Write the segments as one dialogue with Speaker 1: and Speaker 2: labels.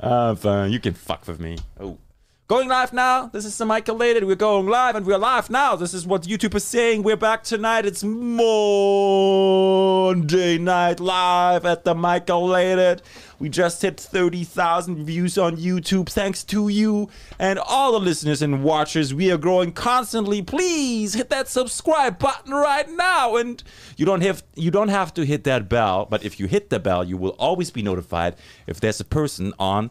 Speaker 1: Uh, fine. You can fuck with me. Oh. Going live now. This is the Michael Lated. We're going live and we're live now. This is what YouTube is saying. We're back tonight. It's Monday night live at the Michael Lated. We just hit 30,000 views on YouTube. Thanks to you and all the listeners and watchers. We are growing constantly. Please hit that subscribe button right now. And you don't have you don't have to hit that bell, but if you hit the bell, you will always be notified if there's a person on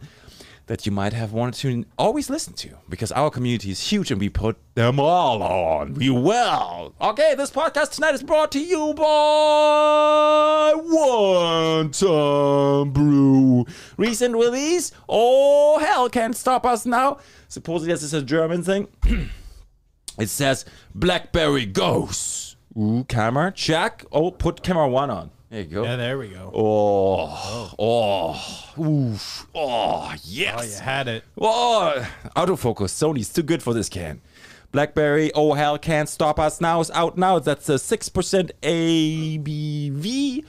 Speaker 1: that you might have wanted to always listen to because our community is huge and we put them all on. We will. Okay, this podcast tonight is brought to you by One Time Brew. Recent release. Oh, hell can't stop us now. Supposedly, this is a German thing. it says Blackberry Ghost. Ooh, camera check. Oh, put camera one on. There you go.
Speaker 2: Yeah, there we go.
Speaker 1: Oh, oh, oof, oh,
Speaker 2: Oh, you
Speaker 1: yes.
Speaker 2: had it.
Speaker 1: Oh, autofocus. Sony's too good for this can. Blackberry, oh hell, can't stop us now. It's out now. That's a 6% ABV.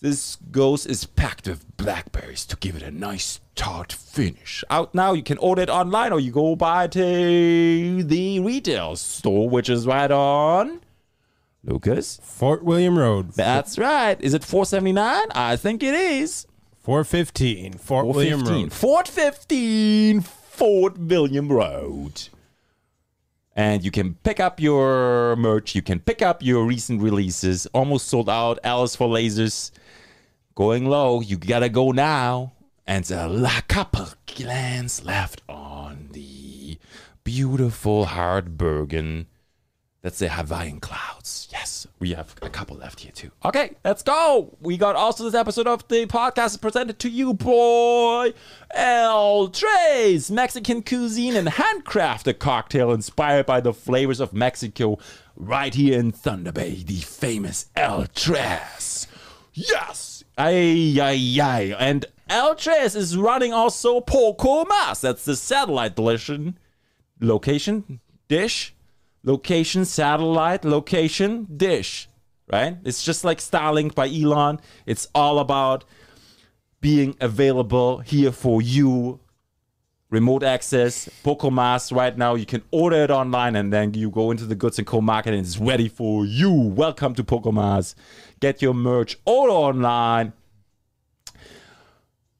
Speaker 1: This ghost is packed with blackberries to give it a nice tart finish. Out now, you can order it online or you go buy it to the retail store, which is right on. Lucas?
Speaker 2: Fort William Road,
Speaker 1: That's right. Is it 479? I think it is.
Speaker 2: 415. Fort William
Speaker 1: 415.
Speaker 2: Road.
Speaker 1: Fort 15, Fort William Road. And you can pick up your merch. You can pick up your recent releases. Almost sold out. Alice for Lasers. Going low. You gotta go now. And a la couple glance left on the beautiful Hardbergen. That's the Hawaiian clouds. Yes, we have a couple left here too. Okay, let's go. We got also this episode of the podcast is presented to you, boy. El Tres, Mexican cuisine and handcrafted cocktail inspired by the flavors of Mexico, right here in Thunder Bay, the famous El Tres. Yes! Ay, ay, ay. And El Tres is running also Poco Mas. That's the satellite edition. Location? Dish? Location, satellite, location, dish. Right? It's just like Starlink by Elon. It's all about being available here for you. Remote access, Pocomas right now. You can order it online and then you go into the Goods and Co market and it's ready for you. Welcome to Pocomas. Get your merch, order online.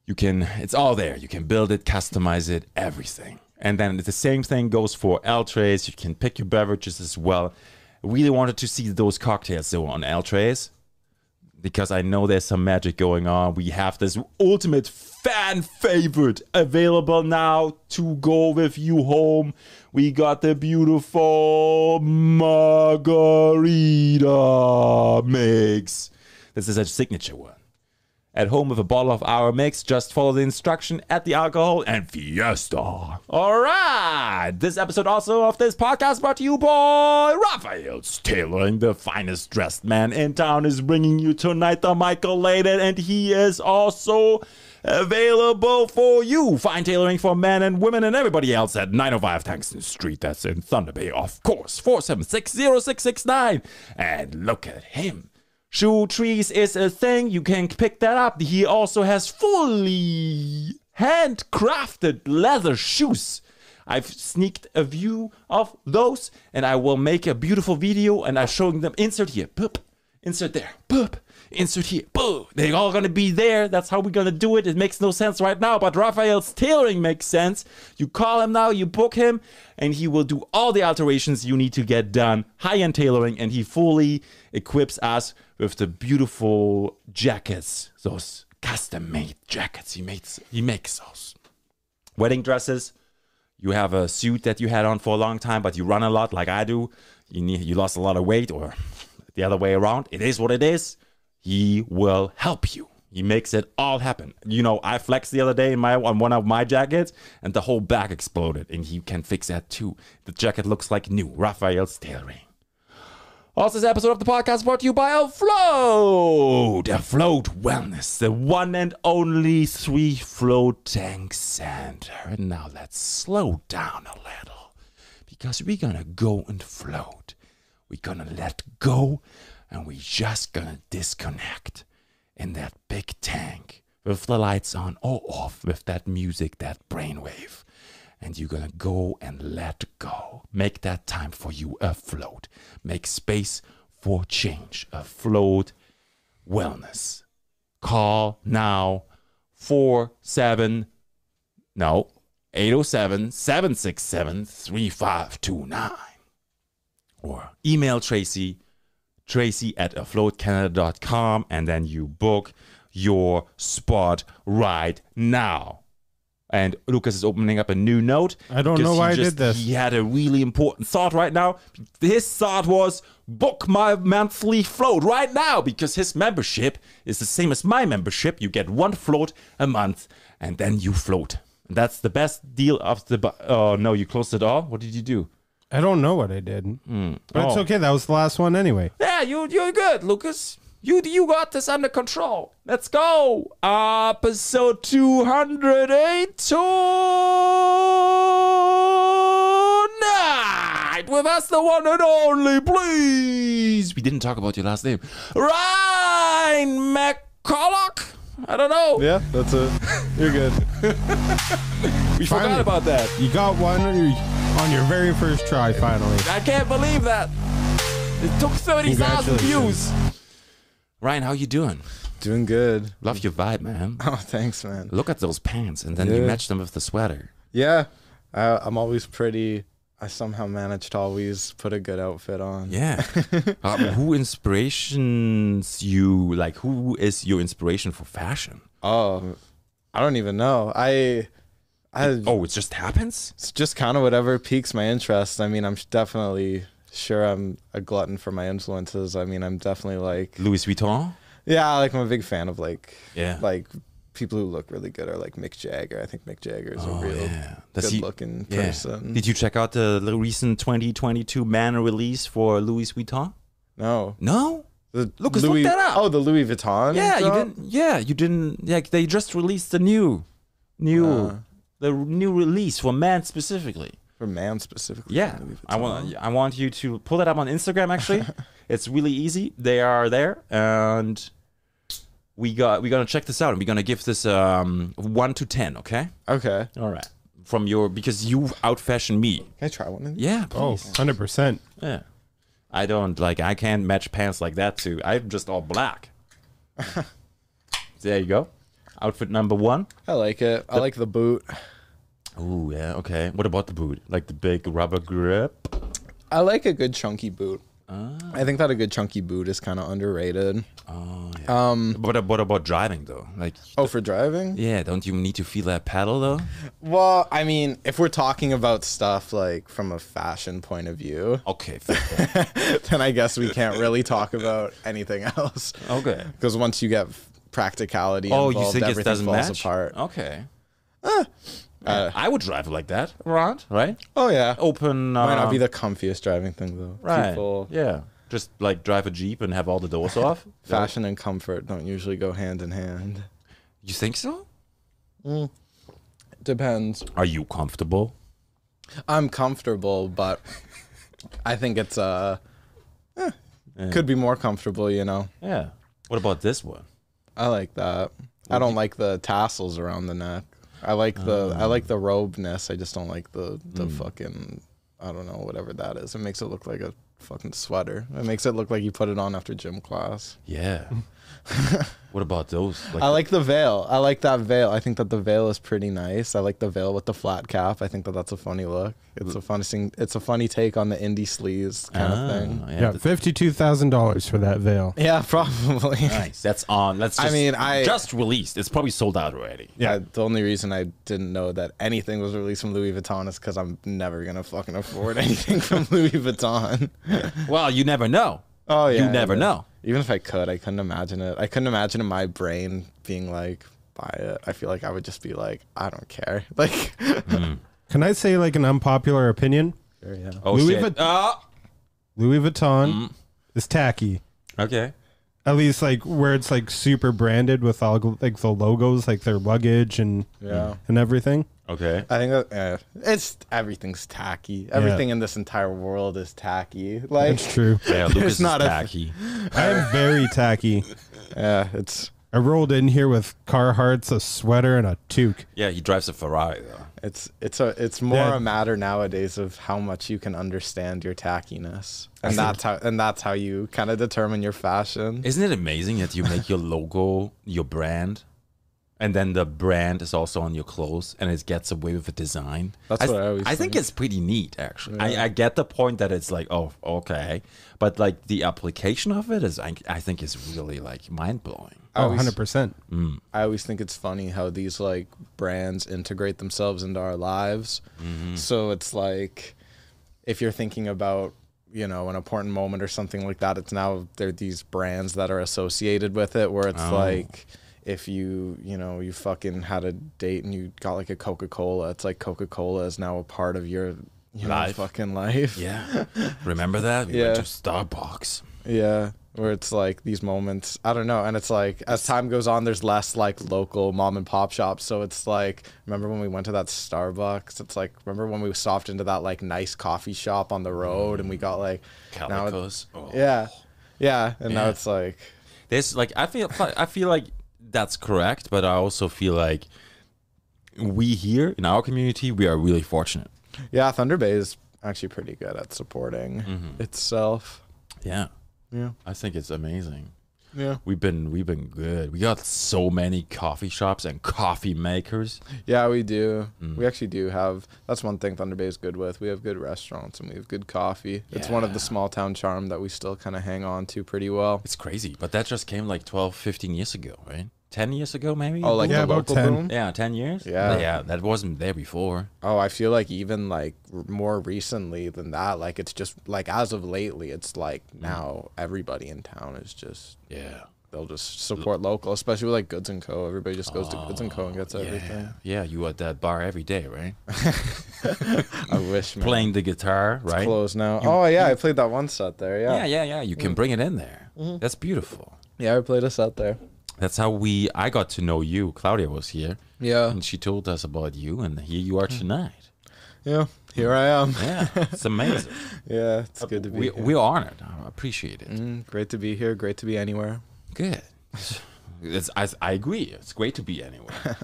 Speaker 1: You can, it's all there. You can build it, customize it, everything. And then the same thing goes for L trays. You can pick your beverages as well. Really wanted to see those cocktails that were on L trays because I know there's some magic going on. We have this ultimate fan favorite available now to go with you home. We got the beautiful margarita mix. This is a signature one. At home with a bottle of our mix, just follow the instruction at the alcohol and fiesta. All right. This episode also of this podcast brought to you by Raphael's Tailoring, the finest dressed man in town, is bringing you tonight the Michael Layden, and he is also available for you. Fine tailoring for men and women and everybody else at 905 Tankston Street. That's in Thunder Bay, of course. 4760669. And look at him. Shoe trees is a thing. You can pick that up. He also has fully handcrafted leather shoes. I've sneaked a view of those, and I will make a beautiful video. And I'm showing them. Insert here. Boop. Insert there. Boop. Insert here. Boop. They're all gonna be there. That's how we're gonna do it. It makes no sense right now, but Raphael's tailoring makes sense. You call him now. You book him, and he will do all the alterations you need to get done. High-end tailoring, and he fully equips us with the beautiful jackets, those custom-made jackets he makes. He makes those wedding dresses. You have a suit that you had on for a long time, but you run a lot, like I do. You need, you lost a lot of weight, or the other way around. It is what it is. He will help you. He makes it all happen. You know, I flexed the other day in my on one of my jackets, and the whole back exploded, and he can fix that too. The jacket looks like new. Raphael's tailoring. Also, this episode of the podcast brought to you by Afloat. Afloat Wellness, the one and only three float tank center. And now let's slow down a little because we're gonna go and float. We're gonna let go and we're just gonna disconnect in that big tank with the lights on or off, with that music, that brainwave. And you're gonna go and let go. Make that time for you afloat. Make space for change. Afloat wellness. Call now 47 no 807 767 3529 or email Tracy tracy at afloatcanada.com and then you book your spot right now. And Lucas is opening up a new note.
Speaker 2: I don't
Speaker 1: because
Speaker 2: know
Speaker 1: he
Speaker 2: why I
Speaker 1: just-
Speaker 2: did this.
Speaker 1: He had a really important thought right now. His thought was book my monthly float right now because his membership is the same as my membership. You get one float a month and then you float. That's the best deal of the. Bu- oh no, you closed it all. What did you do?
Speaker 2: I don't know what I did.
Speaker 3: Mm.
Speaker 2: But it's
Speaker 1: Oh.
Speaker 2: okay. That was the last one anyway.
Speaker 1: Yeah, you you're good, Lucas. You you got this under control. Let's go. Episode 208 tonight with us, the one and only. Please, we didn't talk about your last name, Ryan McCulloch. I don't know.
Speaker 3: Yeah, that's it. You're good.
Speaker 1: we
Speaker 2: finally.
Speaker 1: forgot about that.
Speaker 2: You got one on your, on your very first try, finally.
Speaker 1: I can't believe that. It took thirty thousand
Speaker 2: Congratulations.
Speaker 1: views. Ryan, how you doing?
Speaker 3: Doing good.
Speaker 1: Love your vibe, man.
Speaker 3: Oh, thanks, man.
Speaker 1: look at those pants and then you
Speaker 3: Yeah.
Speaker 1: match them with the sweater.
Speaker 3: Yeah, I, I'm always pretty. I somehow manage to always put a good outfit on.
Speaker 1: Yeah. Uh, who inspirations you? Like, who is your inspiration for fashion?
Speaker 3: Oh, I don't even know. I, I.
Speaker 1: Oh, it just happens?
Speaker 3: It's just kind of whatever piques my interest. I mean, I'm sh- definitely sure I'm a glutton for my influences. I mean, I'm definitely like,
Speaker 1: Louis Vuitton?
Speaker 3: yeah, like I'm a big fan of like,
Speaker 1: Yeah.
Speaker 3: like people who look really good are like Mick Jagger. I think Mick Jagger is
Speaker 1: Oh,
Speaker 3: a real
Speaker 1: yeah. Does he-
Speaker 3: good-looking
Speaker 1: yeah.
Speaker 3: person.
Speaker 1: Did you check out the l- recent 2022 man release for Louis Vuitton?
Speaker 3: no,
Speaker 1: No?
Speaker 3: The
Speaker 1: Lucas, look that up.
Speaker 3: Oh, the Louis Vuitton.
Speaker 1: Yeah, you
Speaker 3: drop?
Speaker 1: didn't. Yeah, you didn't. Like, they just released the new, new,
Speaker 3: Uh.
Speaker 1: the new release for man specifically.
Speaker 3: for man specifically.
Speaker 1: Yeah,
Speaker 3: Louis
Speaker 1: I want I want you to pull that up on Instagram. Actually, it's really easy. They are there, and we got we're gonna check this out, and we're gonna give this um one to ten. Okay,
Speaker 3: Okay,
Speaker 1: all right. From your because you outfashion me.
Speaker 3: can I try one? Of these?
Speaker 1: Yeah,
Speaker 2: Oh,
Speaker 1: please.
Speaker 2: 100%.
Speaker 1: Yeah, I don't like I can't match pants like that too. I'm just all black. there you go. Outfit number one.
Speaker 3: I like it. I like the boot.
Speaker 1: Ooh, yeah, okay. What about the boot? Like the big rubber grip?
Speaker 3: I like a good chunky boot.
Speaker 1: Ah.
Speaker 3: I think that a good chunky boot is kind of underrated.
Speaker 1: Oh, yeah.
Speaker 3: Um,
Speaker 1: But what about driving though? Like
Speaker 3: oh, for driving?
Speaker 1: Yeah, don't you need to feel that pedal though?
Speaker 3: Well, I mean, if we're talking about stuff like from a fashion point of view,
Speaker 1: Okay. fair point.
Speaker 3: then I guess we can't really talk about anything else.
Speaker 1: Okay.
Speaker 3: Because once you get practicality
Speaker 1: oh,
Speaker 3: involved,
Speaker 1: you think
Speaker 3: everything
Speaker 1: it doesn't
Speaker 3: falls
Speaker 1: match? Oh.
Speaker 3: apart.
Speaker 1: Okay. Uh, Yeah, I would drive like that, right? Right?
Speaker 3: Oh yeah,
Speaker 1: Open. Uh,
Speaker 3: might not be the comfiest driving thing though.
Speaker 1: right.
Speaker 3: People,
Speaker 1: Yeah. Just like drive a jeep and have all the doors off.
Speaker 3: fashion and comfort don't usually go hand in hand.
Speaker 1: You think so?
Speaker 3: Depends.
Speaker 1: Are you comfortable?
Speaker 3: I'm comfortable, but I think it's uh eh, could be more comfortable, you know.
Speaker 1: Yeah. What about this one?
Speaker 3: I like that. I don't like the tassels around the neck. I like the
Speaker 1: Ah.
Speaker 3: I like the robeness. I just don't like the
Speaker 1: Hmm.
Speaker 3: the fucking I don't know whatever that is. It makes it look like a fucking sweater. It makes it look like you put it on after gym class.
Speaker 1: Yeah. what about those? Like
Speaker 3: I like the veil. I like that veil. I think that the veil is pretty nice. I like the veil with the flat cap. I think that that's a funny look. It's a funny thing. It's a funny take on the indie sleeves kind
Speaker 1: Ah,
Speaker 3: of thing.
Speaker 1: Yeah.
Speaker 2: Yeah,
Speaker 1: th-
Speaker 2: $52,000 for that veil.
Speaker 3: Yeah, probably.
Speaker 1: nice. That's on. Let's.
Speaker 3: I
Speaker 1: Just,
Speaker 3: mean, I-
Speaker 1: just released. It's probably sold out already.
Speaker 3: Yeah. Uh, the only reason I didn't know that anything was released from Louis Vuitton is because I'm never gonna fucking afford anything from Louis Vuitton.
Speaker 1: Well, you never know.
Speaker 3: Oh yeah,
Speaker 1: You never
Speaker 3: yeah.
Speaker 1: know.
Speaker 3: Even if I could, I couldn't imagine it. I couldn't imagine in my brain being like, buy it. I feel like I would just be like, I don't care. Like,
Speaker 2: Can I say like an unpopular opinion?
Speaker 3: yeah.
Speaker 1: Oh
Speaker 2: Louis
Speaker 1: shit.
Speaker 2: Vuitton-
Speaker 1: Ah!
Speaker 2: Louis Vuitton
Speaker 3: Mm-hmm.
Speaker 2: is tacky.
Speaker 1: okay.
Speaker 2: At least like where it's like super branded with all like the logos, like their luggage and
Speaker 3: Yeah.
Speaker 2: and everything.
Speaker 1: Okay.
Speaker 3: I think that, eh, it's everything's tacky. Everything in this entire world is tacky. Like,
Speaker 2: It's true.
Speaker 1: Yeah, Lucas is
Speaker 3: not a-
Speaker 1: tacky.
Speaker 2: I am very tacky.
Speaker 3: yeah, it's
Speaker 2: I rolled in here with Carhartts, a sweater, and a toque.
Speaker 1: Yeah, he drives a Ferrari though.
Speaker 3: It's it's a it's more
Speaker 2: Yeah.
Speaker 3: a matter nowadays of how much you can understand your tackiness, and that's how and that's how you kind of determine your fashion.
Speaker 1: Isn't it amazing that you make your logo, your brand, and then the brand is also on your clothes, and it gets away with a design?
Speaker 3: That's
Speaker 1: th-
Speaker 3: what I always
Speaker 1: I think
Speaker 3: think.
Speaker 1: it's pretty neat, actually. I, I get the point that it's like, oh, okay, but like the application of it is, I, I think, is really like mind blowing.
Speaker 3: I
Speaker 2: Oh,
Speaker 3: always-
Speaker 2: 100%.
Speaker 3: I always think it's funny how these like brands integrate themselves into our lives.
Speaker 1: Mm-hmm.
Speaker 3: So it's like if you're thinking about you know an important moment or something like that, it's now there are these brands that are associated with it where it's
Speaker 1: Oh.
Speaker 3: like if you you know you fucking had a date and you got like a Coca Cola, it's like Coca Cola is now a part of your you know,
Speaker 1: Life.
Speaker 3: fucking life.
Speaker 1: Yeah, remember that? We
Speaker 3: Yeah.
Speaker 1: went to Starbucks.
Speaker 3: Yeah, where it's like these moments. I don't know, and it's like as time goes on, there's less like local mom and pop shops. So it's like, remember when we went to that Starbucks? It's like, remember when we stopped into that like nice coffee shop on the road and we got like, now it-
Speaker 1: Calicos. Oh.
Speaker 3: yeah, yeah, and now
Speaker 1: Yeah.
Speaker 3: it's like,
Speaker 1: There's like I feel I feel like that's correct, but I also feel like we here in our community we are really fortunate.
Speaker 3: yeah, Thunder Bay is actually pretty good at supporting
Speaker 1: Mm-hmm.
Speaker 3: itself.
Speaker 1: Yeah,
Speaker 3: Yeah,
Speaker 1: I think it's amazing.
Speaker 3: yeah,
Speaker 1: We've been we've been good. We got so many coffee shops and coffee makers.
Speaker 3: yeah. We do.
Speaker 1: Mm.
Speaker 3: We actually do have. That's one thing Thunder Bay is good with. We have good restaurants and we have good coffee. It's one of
Speaker 1: Yeah.
Speaker 3: the small town charm that we still kind of hang on to pretty well.
Speaker 1: It's crazy, but that just came like 12, 15 years ago, right? 10 years ago maybe?
Speaker 3: Oh, like
Speaker 2: Yeah,
Speaker 3: the
Speaker 2: about
Speaker 3: local
Speaker 2: 10.
Speaker 3: boom.
Speaker 1: yeah, 10 years?
Speaker 3: Yeah.
Speaker 1: Yeah, that wasn't there before.
Speaker 3: Oh, I feel like even like r- more recently than that, like it's just like as of lately, it's like
Speaker 1: Mm.
Speaker 3: now everybody in town is just
Speaker 1: Yeah.
Speaker 3: they'll just support local, especially with like Goods and Co. Everybody just goes to Goods and Co. and gets everything.
Speaker 1: Oh, Yeah. Yeah, you at that bar every day, right?
Speaker 3: I wish man.
Speaker 1: Playing the guitar, right?
Speaker 3: closed now. oh yeah, I played that one set there. Yeah, Mm. Mm-hmm.
Speaker 1: Yeah, yeah, yeah. You can bring it in there. That's beautiful.
Speaker 3: yeah, I played a set there.
Speaker 1: That's how we I got to know you. Claudia was here.
Speaker 3: Yeah,
Speaker 1: And she told us about you and here you
Speaker 3: Mm.
Speaker 1: are tonight.
Speaker 3: yeah. Here I am.
Speaker 1: Yeah. It's amazing.
Speaker 3: Yeah, it's good to be.
Speaker 1: we
Speaker 3: here.
Speaker 1: we're honored. I appreciate it.
Speaker 3: Uh, Mm, great to be here. Great to be anywhere.
Speaker 1: Good. It's, I, I agree. It's great to be anywhere.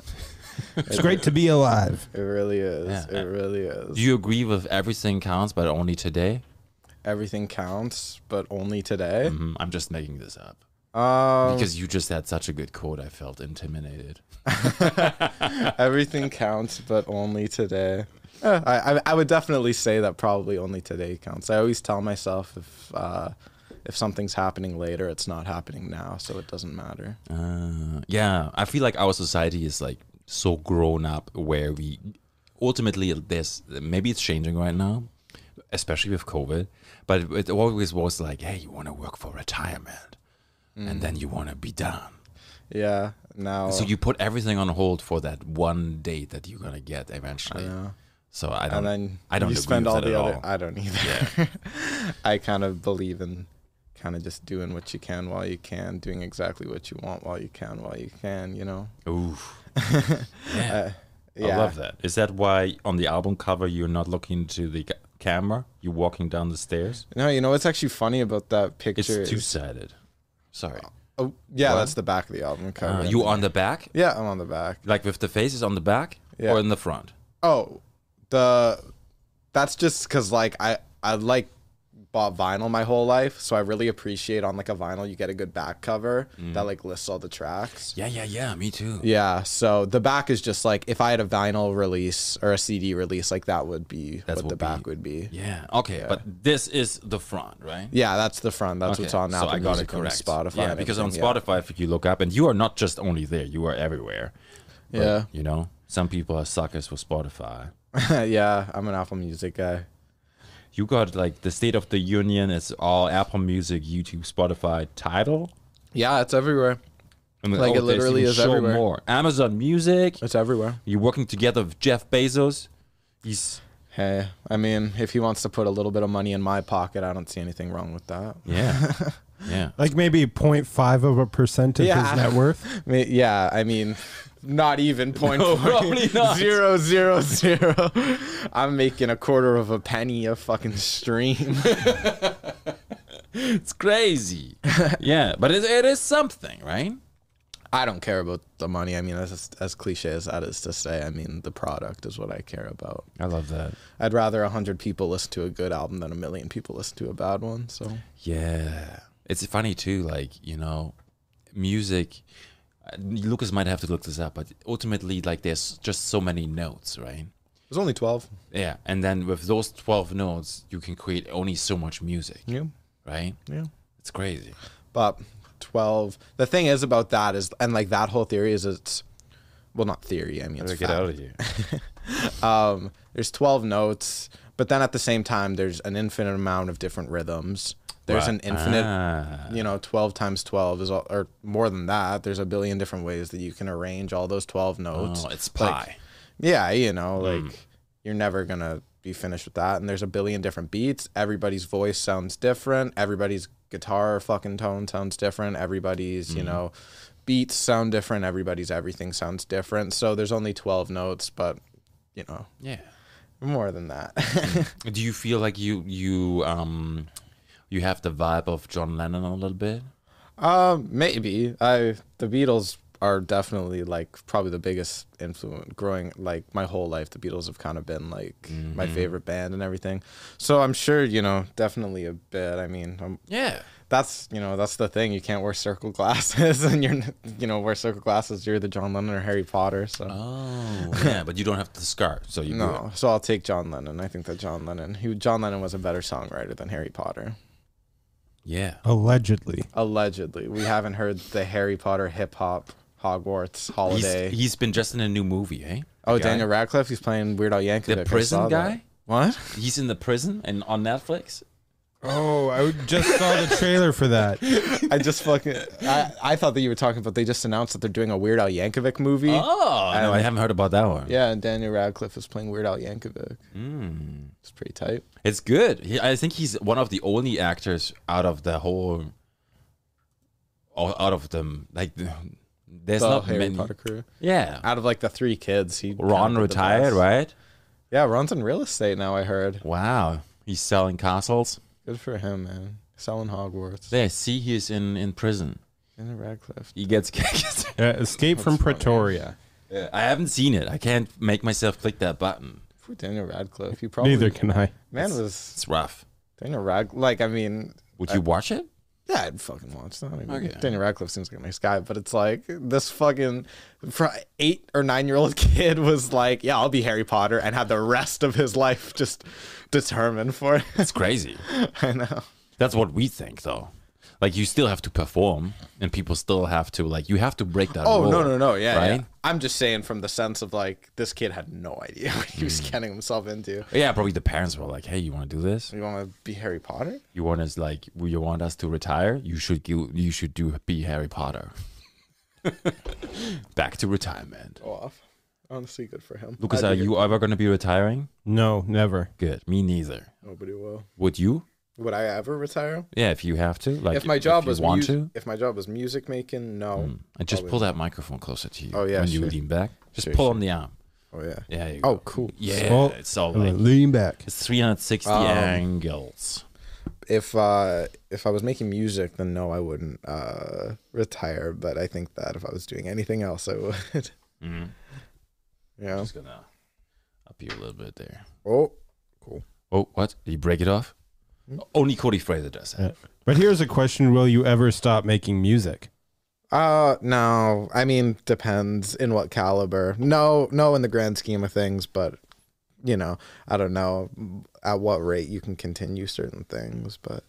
Speaker 2: It's great to be alive.
Speaker 3: It really is.
Speaker 1: Yeah.
Speaker 3: It really is.
Speaker 1: Do you agree with everything counts, but only today?
Speaker 3: Everything counts, but only today.
Speaker 1: Mhm, I'm just making this up
Speaker 3: Um,
Speaker 1: because you just had such a good quote. I felt intimidated.
Speaker 3: Everything counts, but only today. Eh, I, I I would definitely say that probably only today counts. I always tell myself if uh, if something's happening later, it's not happening now, so it doesn't matter.
Speaker 1: Uh, yeah, I feel like our society is like so grown up where we ultimately there's maybe it's changing right now, especially with COVID. But it always was like, hey, you want to work for retirement,
Speaker 3: Mm.
Speaker 1: and then you want to be done.
Speaker 3: Yeah. Now.
Speaker 1: So you put everything on hold for that one date that you're gonna get eventually.
Speaker 3: know.
Speaker 1: So I don't.
Speaker 3: Uh-huh. and then
Speaker 1: Um, I don't
Speaker 3: you
Speaker 1: agree
Speaker 3: spend
Speaker 1: with
Speaker 3: all
Speaker 1: that
Speaker 3: the
Speaker 1: at
Speaker 3: other.
Speaker 1: all.
Speaker 3: I don't either. I kind of believe in kind of just doing what you can while you can, doing exactly what you want while you can, while you can. You know.
Speaker 1: Oof. yeah.
Speaker 3: Yeah.
Speaker 1: I love that. Is that why on the album cover you're not looking to the ca- camera? You're walking down the stairs.
Speaker 3: No, you know what's actually funny about that
Speaker 1: It's
Speaker 3: picture?
Speaker 1: two
Speaker 3: is-
Speaker 1: sided. Sorry.
Speaker 3: oh, yeah,
Speaker 1: What?
Speaker 3: that's the back of the album cover.
Speaker 1: Uh, you on the back,
Speaker 3: Yeah, I'm on the back.
Speaker 1: like with the faces on the back,
Speaker 3: Yeah.
Speaker 1: or in the front?
Speaker 3: Oh, the that's just because like I I like bought vinyl my whole life, so I really appreciate on like a vinyl you get a good back cover
Speaker 1: Mm.
Speaker 3: that like lists all the tracks.
Speaker 1: Yeah, yeah, yeah. Me too.
Speaker 3: Yeah, so the back is just like if I had a vinyl release or a CD release, like that would be
Speaker 1: That's
Speaker 3: what the
Speaker 1: what be-
Speaker 3: back would be. Yeah.
Speaker 1: Yeah. Okay, but this is the front, right?
Speaker 3: that's the front. That's what's
Speaker 1: Okay,
Speaker 3: on Apple Music and Spotify.
Speaker 1: Yeah,
Speaker 3: and
Speaker 1: because on
Speaker 3: everything, yeah.
Speaker 1: Spotify, if you look up, and you are not just only there, you are everywhere. But,
Speaker 3: Yeah.
Speaker 1: you know, some people are suckers for Spotify.
Speaker 3: yeah, I'm an Apple Music guy.
Speaker 1: You got like the State of the Union is all Apple Music, YouTube, Spotify, title.
Speaker 3: Yeah, it's everywhere.
Speaker 1: And then,
Speaker 3: Like, it
Speaker 1: there's
Speaker 3: literally
Speaker 1: even
Speaker 3: is
Speaker 1: so
Speaker 3: everywhere.
Speaker 1: More. Amazon Music.
Speaker 3: It's everywhere.
Speaker 1: You're working together with Jeff Bezos. He's
Speaker 3: Hey, I mean, if he wants to put a little bit of money in my pocket, I don't see anything wrong with that.
Speaker 1: yeah, yeah.
Speaker 2: Like maybe 0.5 of a percent of
Speaker 3: Yeah.
Speaker 2: his net worth.
Speaker 3: I mean, yeah, I mean, not even point
Speaker 1: No,
Speaker 3: four-
Speaker 1: probably not.
Speaker 3: zero zero zero. I'm making a quarter of a penny a fucking stream.
Speaker 1: It's crazy. yeah, but it, it is something, right?
Speaker 3: I don't care about the money. I mean, as as cliche as that is to say, I mean the product is what I care about.
Speaker 1: I love that.
Speaker 3: I'd rather a hundred people listen to a good album than a million people listen to a bad one. So
Speaker 1: Yeah. It's funny too, like, you know, music. uh, Lucas might have to look this up, but ultimately, like, there's just so many notes, right?
Speaker 3: there's only twelve.
Speaker 1: Yeah. And then with those 12 notes, you can create only so much music,
Speaker 3: Yeah,
Speaker 1: right?
Speaker 3: yeah.
Speaker 1: It's crazy.
Speaker 3: but 12 the thing is about that is and like that whole theory is it's well not theory i mean it's fact.
Speaker 1: of here.
Speaker 3: um there's 12 notes but then at the same time there's an infinite amount of different rhythms there's an infinite
Speaker 1: Ah.
Speaker 3: you know 12 times 12 is all, or more than that there's a billion different ways that you can arrange all those 12 notes
Speaker 1: Oh, it's Hmm.
Speaker 3: Like,
Speaker 1: pie.
Speaker 3: yeah, you know, like you're never gonna be finished with that. And there's a billion different beats. Everybody's voice sounds different. Everybody's guitar fucking tone sounds different. Everybody's,
Speaker 1: Hmm.
Speaker 3: you know, beats sound different. Everybody's everything sounds different. So there's only twelve notes, but you know,
Speaker 1: yeah.
Speaker 3: more than that.
Speaker 1: Do you feel like you you um you have the vibe of John Lennon a little bit?
Speaker 3: um, maybe I the Beatles are definitely like probably the biggest influence growing like my whole life the beatles have kind of been like my favorite band and everything so i'm sure you know definitely a bit i mean i'm
Speaker 1: Yeah.
Speaker 3: that's you know that's the thing you can't wear circle glasses and you're you know wear circle glasses you're the john lennon or harry potter so
Speaker 1: Oh, yeah, but you don't have the scar, so you
Speaker 3: no so i'll take john lennon i think that john lennon who john lennon was a better songwriter than harry potter
Speaker 1: Yeah.
Speaker 2: Allegedly.
Speaker 3: allegedly we haven't heard the harry potter hip-hop hogwarts
Speaker 1: He's,
Speaker 3: holiday
Speaker 1: he's been just in a new movie, eh?
Speaker 3: oh
Speaker 1: guy.
Speaker 3: daniel radcliffe he's playing weird al yankovic
Speaker 1: The
Speaker 3: I
Speaker 1: prison
Speaker 3: saw that.
Speaker 1: guy?
Speaker 3: what
Speaker 1: He's in the prison and on Netflix.
Speaker 2: Oh, I just saw the trailer for that.
Speaker 3: i just fucking I, I thought that you were talking about they just announced that they're doing a weird al yankovic movie
Speaker 1: Oh, no, I
Speaker 3: like-
Speaker 1: haven't heard about that one.
Speaker 3: yeah and daniel radcliffe is playing weird al yankovic
Speaker 1: Hmm.
Speaker 3: it's pretty tight
Speaker 1: It's good. He, I think he's one of the only actors out of the whole, o- out of them. Like, th- there's
Speaker 3: the
Speaker 1: not
Speaker 3: Harry
Speaker 1: many.
Speaker 3: Potter crew.
Speaker 1: Yeah,
Speaker 3: Out of like the three kids, he
Speaker 1: Ron
Speaker 3: kinda did the
Speaker 1: retired,
Speaker 3: best.
Speaker 1: right?
Speaker 3: Yeah, Ron's in real estate now. I heard.
Speaker 1: Wow, he's selling castles.
Speaker 3: Good for him, man. Selling Hogwarts.
Speaker 1: There, see, he's in in prison.
Speaker 3: In Radcliffe.
Speaker 1: He gets kicked.
Speaker 2: Uh, Escape from Pretoria.
Speaker 1: Yeah, I haven't seen it. I can't make myself click that button.
Speaker 3: Poor Daniel Radcliffe. He probably
Speaker 2: Neither can I.
Speaker 3: man was
Speaker 1: It's rough.
Speaker 3: Daniel Rad. Like I mean,
Speaker 1: Would you
Speaker 3: Uh,
Speaker 1: watch it?
Speaker 3: yeah, I'd fucking watch that. I mean,
Speaker 1: Okay.
Speaker 3: Daniel Radcliffe seems like a nice guy, but it's like this fucking fr- eight or nine year old kid was like, yeah, I'll be Harry Potter, and had the rest of his life just determined for it.
Speaker 1: It's crazy.
Speaker 3: I know.
Speaker 1: That's what we think, though. Like you still have to perform, and people still have to like you have to break that.
Speaker 3: Oh
Speaker 1: rule,
Speaker 3: no no no yeah, yeah.
Speaker 1: right?
Speaker 3: I'm just saying from the sense of like this kid had no idea what he was
Speaker 1: Hmm.
Speaker 3: getting himself into.
Speaker 1: yeah. probably the parents were like, "Hey, you want to do this?
Speaker 3: You want to be Harry Potter?
Speaker 1: You want us like you want us to retire? You should go, you should do be Harry Potter." Back to retirement.
Speaker 3: Go off. Honestly, good for him.
Speaker 1: Lucas,
Speaker 3: I
Speaker 1: are
Speaker 3: think
Speaker 1: you ever going to be retiring?
Speaker 2: No, never.
Speaker 1: Good. Me neither.
Speaker 3: Nobody will.
Speaker 1: Would you?
Speaker 3: Would I ever retire?
Speaker 1: Yeah, if you have to. Like,
Speaker 3: If my job
Speaker 1: you
Speaker 3: was
Speaker 1: want
Speaker 3: mus-
Speaker 1: to, Hmm.
Speaker 3: if my job was music making, no.
Speaker 1: and just pull that microphone closer to you.
Speaker 3: Oh, yeah,
Speaker 1: when you
Speaker 3: sure.
Speaker 1: lean back, just
Speaker 3: Sure,
Speaker 1: pull
Speaker 3: sure.
Speaker 1: on the arm.
Speaker 3: Oh yeah.
Speaker 1: Yeah. you
Speaker 3: Oh
Speaker 1: go.
Speaker 3: cool.
Speaker 1: Yeah,
Speaker 2: Oh,
Speaker 1: it's all
Speaker 2: I'm gonna
Speaker 1: like
Speaker 2: lean back.
Speaker 1: it's 360
Speaker 3: Um,
Speaker 1: angles.
Speaker 3: If uh if I was making music, then no, I wouldn't uh retire. But I think that if I was doing anything else, I would.
Speaker 1: Mm.
Speaker 3: yeah.
Speaker 1: Just gonna up you a little bit there.
Speaker 3: Oh.
Speaker 1: Oh, what? Did you break it off? Hmm? Only Cody Fraser does that.
Speaker 2: Yeah. But here's a question: Will you ever stop making music?
Speaker 3: Uh no, I mean depends in what caliber. No, no in the grand scheme of things, but you know, I don't know at what rate you can continue certain things, but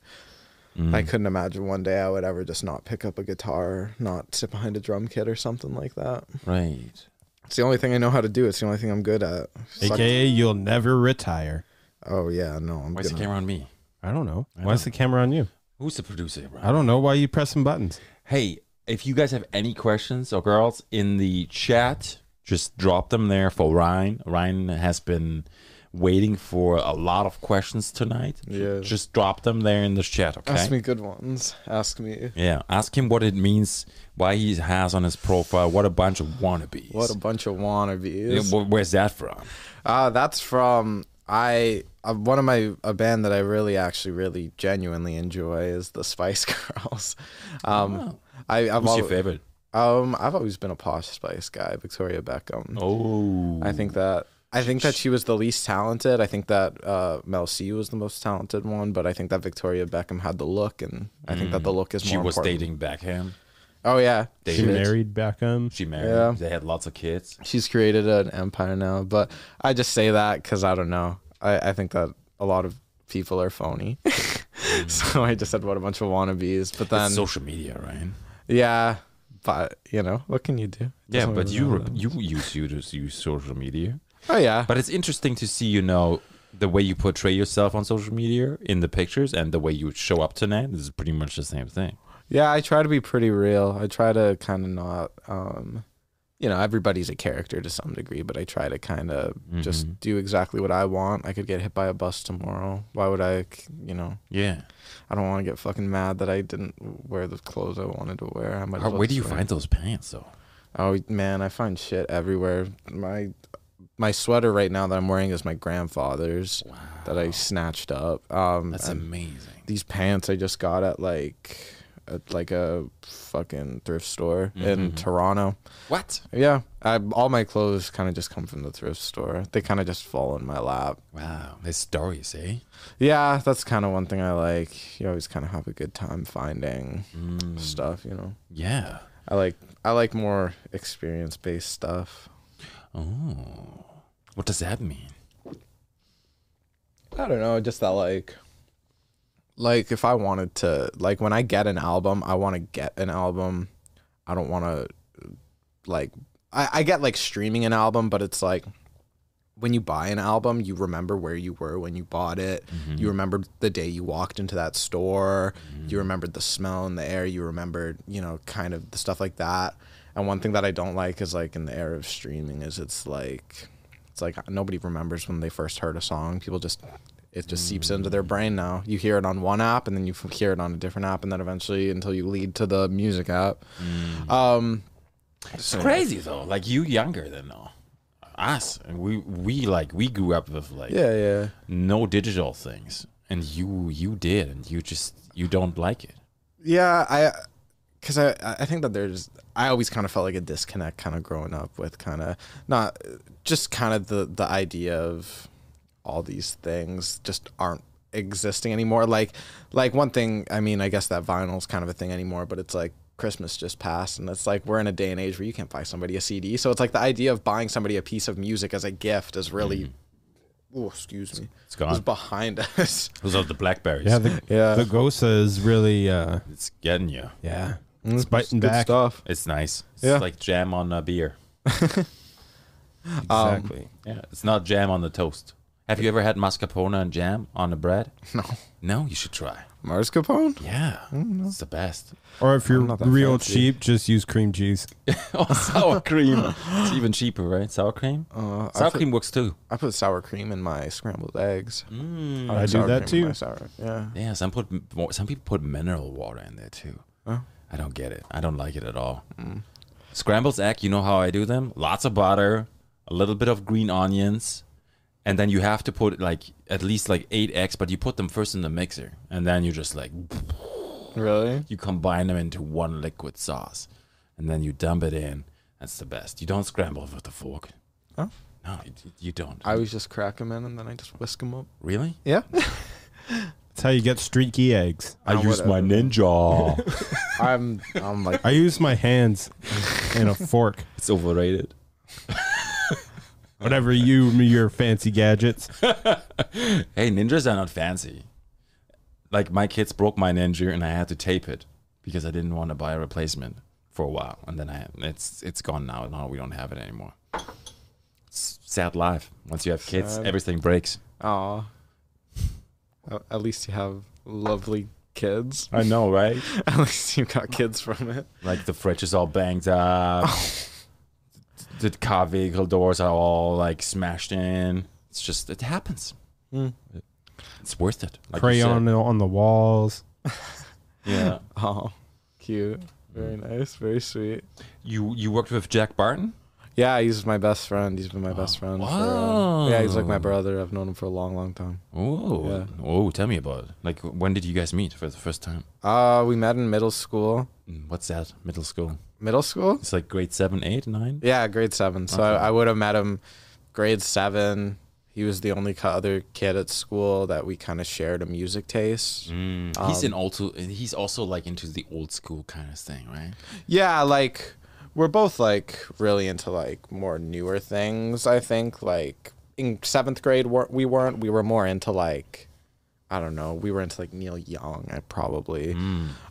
Speaker 1: Mm.
Speaker 3: I couldn't imagine one day I would ever just not pick up a guitar, not sit behind a drum kit or something like that.
Speaker 1: right.
Speaker 3: It's the only thing I know how to do. It's the only thing I'm good at. Suck-
Speaker 2: AKA, you'll never retire.
Speaker 3: Oh yeah, no, I'm
Speaker 1: Why's the
Speaker 3: gonna-
Speaker 1: camera on me?
Speaker 2: I don't know. Why's the camera on you?
Speaker 1: Who's the producer? Rob?
Speaker 2: I don't know. Why you pressing buttons?
Speaker 1: Hey, if you guys have any questions or girls in the chat, just drop them there for Ryan. Ryan has been waiting for a lot of questions tonight.
Speaker 3: Yeah.
Speaker 1: Just drop them there in the chat, okay?
Speaker 3: Ask me good ones. Ask me
Speaker 1: Yeah, ask him what it means, why he has on his profile, what a bunch of wannabes.
Speaker 3: what a bunch of wannabes.
Speaker 1: Yeah, wh- Where's that from?
Speaker 3: Uh, that's from I uh, one of my a band that I really actually really genuinely enjoy is the Spice Girls. Um, I, I've
Speaker 1: Oh. Who's
Speaker 3: al-
Speaker 1: your favorite?
Speaker 3: Um, I've always been a posh Spice guy, Victoria Beckham.
Speaker 1: Oh,
Speaker 3: I think that I think that she was the least talented. I think that uh, Mel C was the most talented one, but I think that Victoria Beckham had the look, and I think that the look is more
Speaker 1: Mm. she was
Speaker 3: important.
Speaker 1: dating Beckham.
Speaker 3: Oh yeah,
Speaker 2: She
Speaker 1: Dated.
Speaker 2: married Beckham.
Speaker 1: She married.
Speaker 3: Yeah.
Speaker 1: They had lots of kids.
Speaker 3: she's created an empire now. But I just say that because I don't know. I, I think that a lot of people are phony, so I just said what a bunch of wannabes. But then
Speaker 1: Mm. It's social media, right?
Speaker 3: yeah, but you know what can you do?
Speaker 1: Yeah,
Speaker 3: Doesn't
Speaker 1: but
Speaker 3: really
Speaker 1: you
Speaker 3: matter.
Speaker 1: re- you use you just use social media.
Speaker 3: oh yeah,
Speaker 1: But it's interesting to see, you know, the way you portray yourself on social media in the pictures and the way you show up tonight is pretty much the same thing.
Speaker 3: Yeah, I try to be pretty real. I try to kind of not, um, you know, everybody's a character to some degree, but I try to kind of
Speaker 1: Mm-hmm.
Speaker 3: just do exactly what I want. I could get hit by a bus tomorrow. Why would I, c- you know,
Speaker 1: Yeah.
Speaker 3: I don't want to get fucking mad that I didn't wear the clothes I wanted to wear. I might as
Speaker 1: How,
Speaker 3: well
Speaker 1: where do you
Speaker 3: just wear-
Speaker 1: find those pants though?
Speaker 3: Oh man, I find shit everywhere. My my sweater right now that I'm wearing is my grandfather's that I snatched up. Um,
Speaker 1: That's
Speaker 3: and-
Speaker 1: amazing.
Speaker 3: these pants I just got at like at like a fucking thrift store
Speaker 1: Mm-hmm.
Speaker 3: in Toronto.
Speaker 1: What?
Speaker 3: Yeah, I, all my clothes kind of just come from the thrift store. They kind of just fall in my lap.
Speaker 1: Wow. There's stories, eh?
Speaker 3: Yeah, that's kind of one thing I like. You always kind of have a good time finding
Speaker 1: Mm.
Speaker 3: stuff, you know.
Speaker 1: Yeah.
Speaker 3: I like I like more experience-based stuff.
Speaker 1: Oh. What does that mean?
Speaker 3: I don't know, just that like like if I wanted to like when I get an album, I want to get an album. I don't want to like I, I get like streaming an album, but it's like when you buy an album, you remember where you were when you bought it. You remember the day you walked into that store. You remembered the smell in the air. You remembered, you know, kind of the stuff like that. And one thing that I don't like is like in the era of streaming is it's like it's like nobody remembers when they first heard a song. People just it just seeps into their brain now. You hear it on one app and then you f- hear it on a different app and then eventually until you lead to the music app. Um
Speaker 1: It's crazy though. Like you younger than uh, us. And we we like we grew up with like
Speaker 3: yeah, yeah.
Speaker 1: no digital things. And you you did and you just you don't like it.
Speaker 3: Yeah, I, because I, I think that there's, I always kind of felt like a disconnect, kind of growing up with kind of not, just kind of the the idea of all these things just aren't existing anymore. Like, like one thing, I mean, I guess that vinyl's kind of a thing anymore, but it's like Christmas just passed, and it's like we're in a day and age where you can't buy somebody a CD. So it's like the idea of buying somebody a piece of music as a gift is really, oh, excuse me,
Speaker 1: It's gone.
Speaker 3: is behind us.
Speaker 1: Those are the blackberries.
Speaker 2: Yeah, the
Speaker 3: Yeah.
Speaker 2: the Gosa is really uh
Speaker 1: it's getting you.
Speaker 2: yeah. It's biting
Speaker 3: Good
Speaker 2: back.
Speaker 3: Mm, stuff.
Speaker 1: It's nice. It's
Speaker 3: Yeah.
Speaker 1: like jam on a beer.
Speaker 3: Um,
Speaker 2: Exactly.
Speaker 1: Yeah, it's not jam on the toast. Have you ever had mascarpone and jam on the bread? No. No, you should try.
Speaker 3: Mars Capone.
Speaker 1: Yeah, it's the best.
Speaker 2: or if you're
Speaker 3: not that
Speaker 2: real
Speaker 3: fancy.
Speaker 2: cheap, just use cream cheese.
Speaker 1: oh, sour cream. It's even cheaper, right? Sour cream.
Speaker 3: Uh, I
Speaker 1: sour
Speaker 3: put-
Speaker 1: cream works too.
Speaker 3: I put sour cream in my scrambled eggs.
Speaker 1: Mm.
Speaker 3: like
Speaker 2: I do
Speaker 3: sour
Speaker 2: that
Speaker 3: cream in my
Speaker 2: too.
Speaker 3: sour- Yeah.
Speaker 1: Yeah, some put some people put mineral water in there too.
Speaker 3: Oh.
Speaker 1: I don't get it. I don't like it at all.
Speaker 3: Mm.
Speaker 1: Scrambles egg. You know how I do them? Lots of butter, a little bit of green onions, and then you have to put like at least like eight eggs, but you put them first in the mixer, and then you just like
Speaker 3: Really?
Speaker 1: you combine them into one liquid sauce and then you dump it in that's the best you don't scramble with a fork
Speaker 3: Oh.
Speaker 1: no you, you don't
Speaker 3: I always just crack them in and then I just whisk them up.
Speaker 1: really
Speaker 3: Yeah.
Speaker 2: That's how you get streaky eggs.
Speaker 1: i used my ninja
Speaker 3: I'm I'm like
Speaker 2: I use my hands and a fork.
Speaker 1: it's overrated
Speaker 2: Whatever you your fancy gadgets.
Speaker 1: hey ninjas are not fancy like my kids broke my ninja and i had to tape it because i didn't want to buy a replacement for a while and then i it's it's gone now now we don't have it anymore it's sad life once you have kids
Speaker 3: Sad.
Speaker 1: everything breaks
Speaker 3: aw. A- At least you have lovely kids.
Speaker 1: i know right
Speaker 3: At least you got kids from it.
Speaker 1: Like the fridge is all banged up. the car vehicle doors are all like smashed in. It's just it happens. It's worth it. Like you
Speaker 2: crayon on the walls.
Speaker 1: said. Yeah.
Speaker 3: Oh, cute. Very nice. Very sweet.
Speaker 1: You you worked with Jack Barton?
Speaker 3: Yeah, he's my best friend. He's been my best friend. for, uh, yeah, he's like my brother. I've known him for a long, long time.
Speaker 1: Oh, oh, tell me about it. Like, when did you guys meet for the first time?
Speaker 3: Uh, we met in middle school.
Speaker 1: Mm, What's that? Middle school?
Speaker 3: Middle school?
Speaker 1: It's like grade seven, eight, nine.
Speaker 3: Yeah, grade seven. So I, I would have met him grade seven. He was the only co- other kid at school that we kind of shared a music taste.
Speaker 1: Mm. he's in also. He's also like into the old school kind of thing, right?
Speaker 3: Yeah, like we're both like really into like more newer things. I think like in seventh grade were we weren't. We were more into like I don't know. We were into like Neil Young, I probably.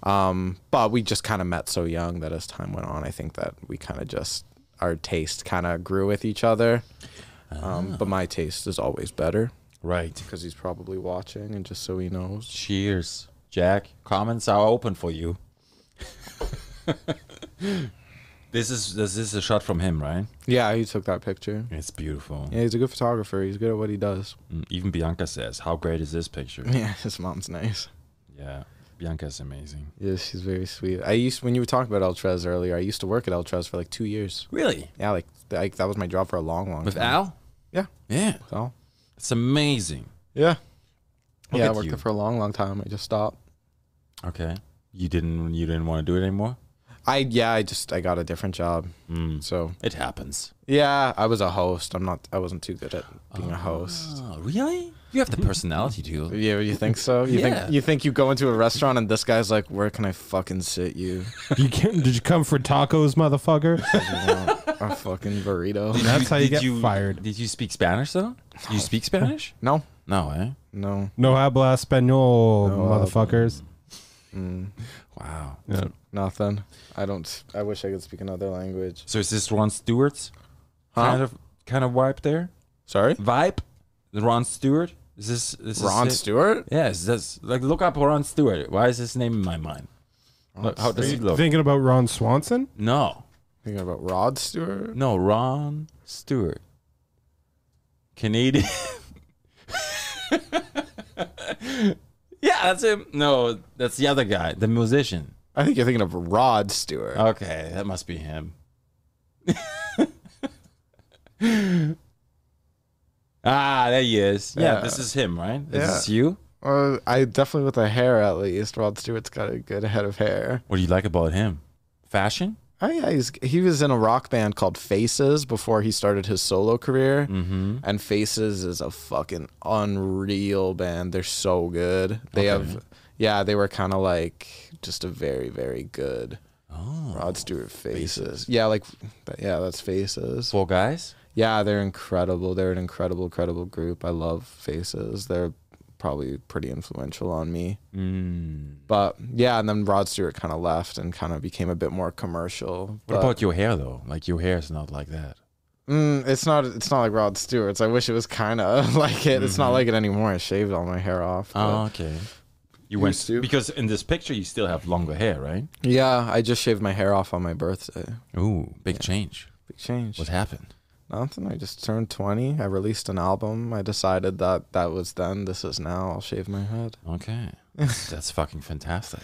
Speaker 3: Um, but we just kind of met so young that as time went on, I think that we kind of just our taste kind of grew with each other. Um, but my taste is always better
Speaker 1: Right.
Speaker 3: because he's probably watching, and just so he knows.
Speaker 1: Cheers, Jack. Comments are open for you. this is this is a shot from him, right?
Speaker 3: Yeah, he took that picture.
Speaker 1: It's beautiful.
Speaker 3: Yeah, he's a good photographer. He's good at what he does.
Speaker 1: Mm, Even Bianca says, "How great is this picture?"
Speaker 3: Yeah, his mom's nice.
Speaker 1: yeah, Bianca's amazing.
Speaker 3: Yeah, she's very sweet. I used when you were talking about El Tres earlier. I used to work at El Tres for like two years.
Speaker 1: Really?
Speaker 3: Yeah, like like that was my job for a long, long
Speaker 1: With
Speaker 3: time.
Speaker 1: Al?
Speaker 3: Yeah.
Speaker 1: Mm. Yeah,
Speaker 3: So
Speaker 1: it's amazing.
Speaker 3: yeah,
Speaker 1: Look
Speaker 3: yeah. I
Speaker 1: at
Speaker 3: worked
Speaker 1: you.
Speaker 3: there for a long, long time. I just stopped.
Speaker 1: Okay. You didn't you didn't want to do it anymore?
Speaker 3: I yeah. I just I got a different job.
Speaker 1: Mm.
Speaker 3: So
Speaker 1: It happens.
Speaker 3: yeah, I was a host. I'm not. I wasn't too good at being a host.
Speaker 1: Oh, really? You have the personality too.
Speaker 3: Yeah, you think so? You
Speaker 1: Yeah.
Speaker 3: think you think you go into a restaurant and this guy's like, "Where can I fucking sit you?
Speaker 2: You can, did you come for tacos, motherfucker?
Speaker 3: a fucking burrito?"
Speaker 2: That's how you get fired.
Speaker 1: Did you speak Spanish though? You speak Spanish?
Speaker 3: No,
Speaker 1: No, eh?
Speaker 3: no.
Speaker 2: No habla español, motherfuckers.
Speaker 1: Wow.
Speaker 2: Yeah.
Speaker 3: mm, Nothing. I don't. I wish I could speak another language.
Speaker 1: So is this Ron Stewart's kind of kind of vibe there?
Speaker 3: Sorry,
Speaker 1: Vibe? The Ron Stewart? Is this, this is
Speaker 3: Ron
Speaker 1: it?
Speaker 3: Stewart.
Speaker 1: Yes, that's like look up Ron Stewart. Why is his name in my mind?
Speaker 3: Oh,
Speaker 1: Look, how does he look?
Speaker 2: Thinking about Ron Swanson?
Speaker 1: no.
Speaker 3: Thinking about Rod Stewart.
Speaker 1: No, Ron Stewart. Canadian. yeah, that's him. No, that's the other guy, the musician.
Speaker 3: I think you're thinking of Rod Stewart.
Speaker 1: Okay, that must be him. ah, there he is. Yeah, this is him, right? Is this you?
Speaker 3: Uh, I definitely with the hair at least. Rod Stewart's got a good head of hair.
Speaker 1: What do you like about him? Fashion?
Speaker 3: Oh yeah, he's he was in a rock band called Faces before he started his solo career.
Speaker 1: Mm.
Speaker 3: Mm-hmm. And Faces is a fucking unreal band. They're so good. They have yeah, they were kind of like just a very very good
Speaker 1: Oh.
Speaker 3: Rod Stewart Faces. Yeah, like yeah, that's Faces.
Speaker 1: Four guys?
Speaker 3: Yeah, they're incredible. They're an incredible, incredible group. I love Faces. They're probably pretty influential on me.
Speaker 1: Mm.
Speaker 3: But yeah, and then Rod Stewart kind of left and kind of became a bit more commercial.
Speaker 1: What
Speaker 3: But,
Speaker 1: about your hair though? Like your hair is not like that.
Speaker 3: mm, it's not it's not like Rod Stewart's. I wish it was kind of like it. It's not like it anymore. I shaved all my hair off.
Speaker 1: Mm-hmm. Oh,
Speaker 3: but-
Speaker 1: okay. You went
Speaker 3: Used to.
Speaker 1: because in this picture you still have longer hair, right?
Speaker 3: Yeah, I just shaved my hair off on my birthday.
Speaker 1: Ooh, big change.
Speaker 3: Big change.
Speaker 1: What happened?
Speaker 3: Nothing. I just turned 20. I released an album. I decided that that was then. This is now. I'll shave my head.
Speaker 1: Okay, that's, that's fucking fantastic.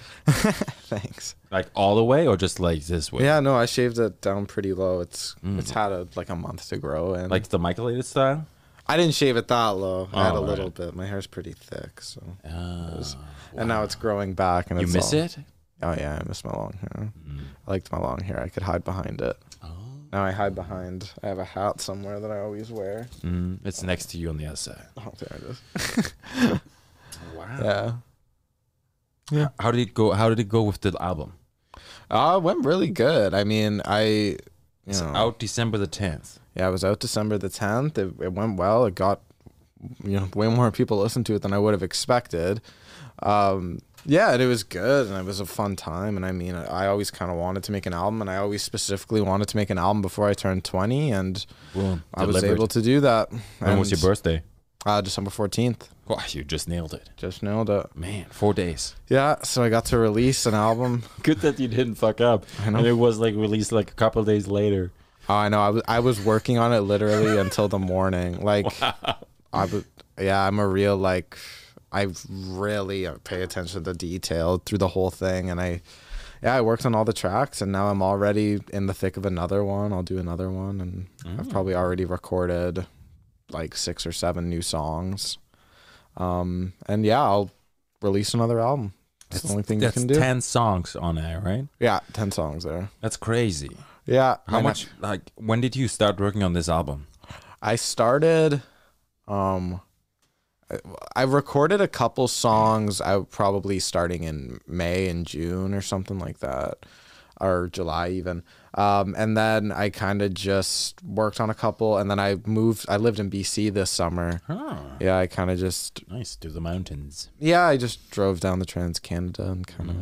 Speaker 3: Thanks.
Speaker 1: Like all the way, or just like this way?
Speaker 3: Yeah, no, I shaved it down pretty low. It's it's had a, like a month to grow, and
Speaker 1: Mm. like the Michaelated style.
Speaker 3: I didn't shave it that low. I had
Speaker 1: Oh,
Speaker 3: a
Speaker 1: right.
Speaker 3: little bit. My hair's pretty thick, so
Speaker 1: Ah,
Speaker 3: and now it's growing back. And
Speaker 1: you
Speaker 3: it's
Speaker 1: miss
Speaker 3: all-
Speaker 1: it?
Speaker 3: Oh yeah, I miss my long hair.
Speaker 1: Mm.
Speaker 3: I liked my long hair. I could hide behind it.
Speaker 1: Oh,
Speaker 3: Now I hide behind. I have a hat somewhere that I always wear.
Speaker 1: mm, it's next to you on the other side.
Speaker 3: Oh, there it is.
Speaker 1: Wow.
Speaker 3: Yeah,
Speaker 1: How did it go? How did it go with the album?
Speaker 3: uh, it went really good. I mean, I you
Speaker 1: It's
Speaker 3: know,
Speaker 1: out December the tenth.
Speaker 3: Yeah, I was out December the 10th. It, it went well. It got you know way more people listened to it than I would have expected. Um, yeah, and it was good, and it was a fun time. And I mean, I always kind of wanted to make an album, and I always specifically wanted to make an album before I turned 20, and
Speaker 1: Boom.
Speaker 3: I was able to do that.
Speaker 1: When was your
Speaker 3: And,
Speaker 1: birthday?
Speaker 3: Uh, December 14th.
Speaker 1: Wow, you just nailed it,
Speaker 3: Just nailed it.
Speaker 1: man. Four days.
Speaker 3: Yeah, so I got to release an album.
Speaker 1: Good that you didn't fuck up. And it was like released like a couple days later.
Speaker 3: Oh, I know. I was I was working on it literally until the morning. Like, I was. Yeah, I'm a real uh, like. I really pay attention to detail through the whole thing, and I, yeah, I worked on all the tracks, and now I'm already in the thick of another one. I'll do another one, and I've probably
Speaker 1: Mm.
Speaker 3: already recorded like six or seven new songs. Um, and yeah, I'll release another album. That's, the only thing you
Speaker 1: That's
Speaker 3: can do.
Speaker 1: ten songs on air, right?
Speaker 3: Yeah, ten songs there.
Speaker 1: That's crazy.
Speaker 3: Yeah.
Speaker 1: How
Speaker 3: and I-
Speaker 1: much? Like, when did you start working on this album?
Speaker 3: I started um I- I recorded a couple songs I probably starting in May and June or something like that or July even. Um and then I kind of just worked on a couple and then I moved I lived in BC this summer.
Speaker 1: Huh.
Speaker 3: Yeah, I kind of just
Speaker 1: Nice to the mountains.
Speaker 3: yeah, I just drove down the Trans Canada and kind of.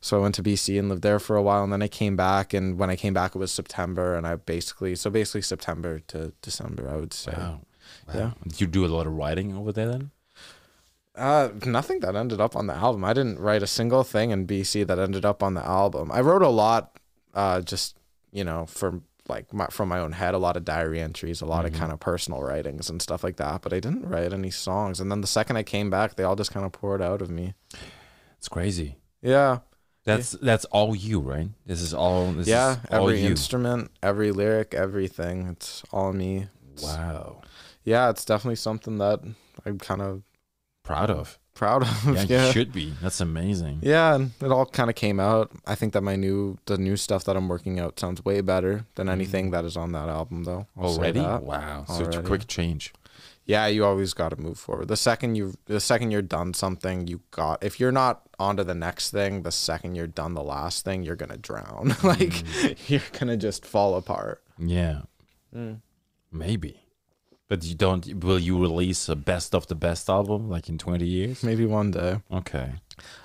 Speaker 3: So I went to BC and lived there for a while, and then I came back. And when I came back, it was September, and I basically so basically September to December, I would say.
Speaker 1: Wow. wow.
Speaker 3: Yeah.
Speaker 1: Did you do a lot of writing over there then?
Speaker 3: Uh, nothing that ended up on the album. I didn't write a single thing in BC that ended up on the album. I wrote a lot, uh, just you know, for like my, from my own head, a lot of diary entries, a lot
Speaker 1: Mm-hmm.
Speaker 3: of kind of personal writings and stuff like that. But I didn't write any songs. And then the second I came back, they all just kind of poured out of me.
Speaker 1: It's crazy.
Speaker 3: Yeah,
Speaker 1: That's that's all you, right? This is all. This
Speaker 3: yeah.
Speaker 1: is all
Speaker 3: Every
Speaker 1: you.
Speaker 3: instrument, every lyric, everything. It's all me.
Speaker 1: wow.
Speaker 3: Yeah, it's definitely something that I'm kind of
Speaker 1: Proud of.
Speaker 3: proud of.
Speaker 1: Yeah, you should be. That's amazing.
Speaker 3: Yeah, and it all kind of came out. I think that my new the new stuff that I'm working out sounds way better than anything that is on that album though. I'll say
Speaker 1: Mm-hmm. Already?
Speaker 3: that.
Speaker 1: Wow. Such a
Speaker 3: Already.
Speaker 1: quick change.
Speaker 3: Yeah, you always got to move forward. The second you the second you're done something, you got if you're not onto the next thing, the second you're done the last thing, you're going to drown. like
Speaker 1: Mm.
Speaker 3: you're going to just fall apart.
Speaker 1: Yeah. Maybe. But you don't will you release a best of the best album like in 20 years?
Speaker 3: Maybe one day.
Speaker 1: Okay.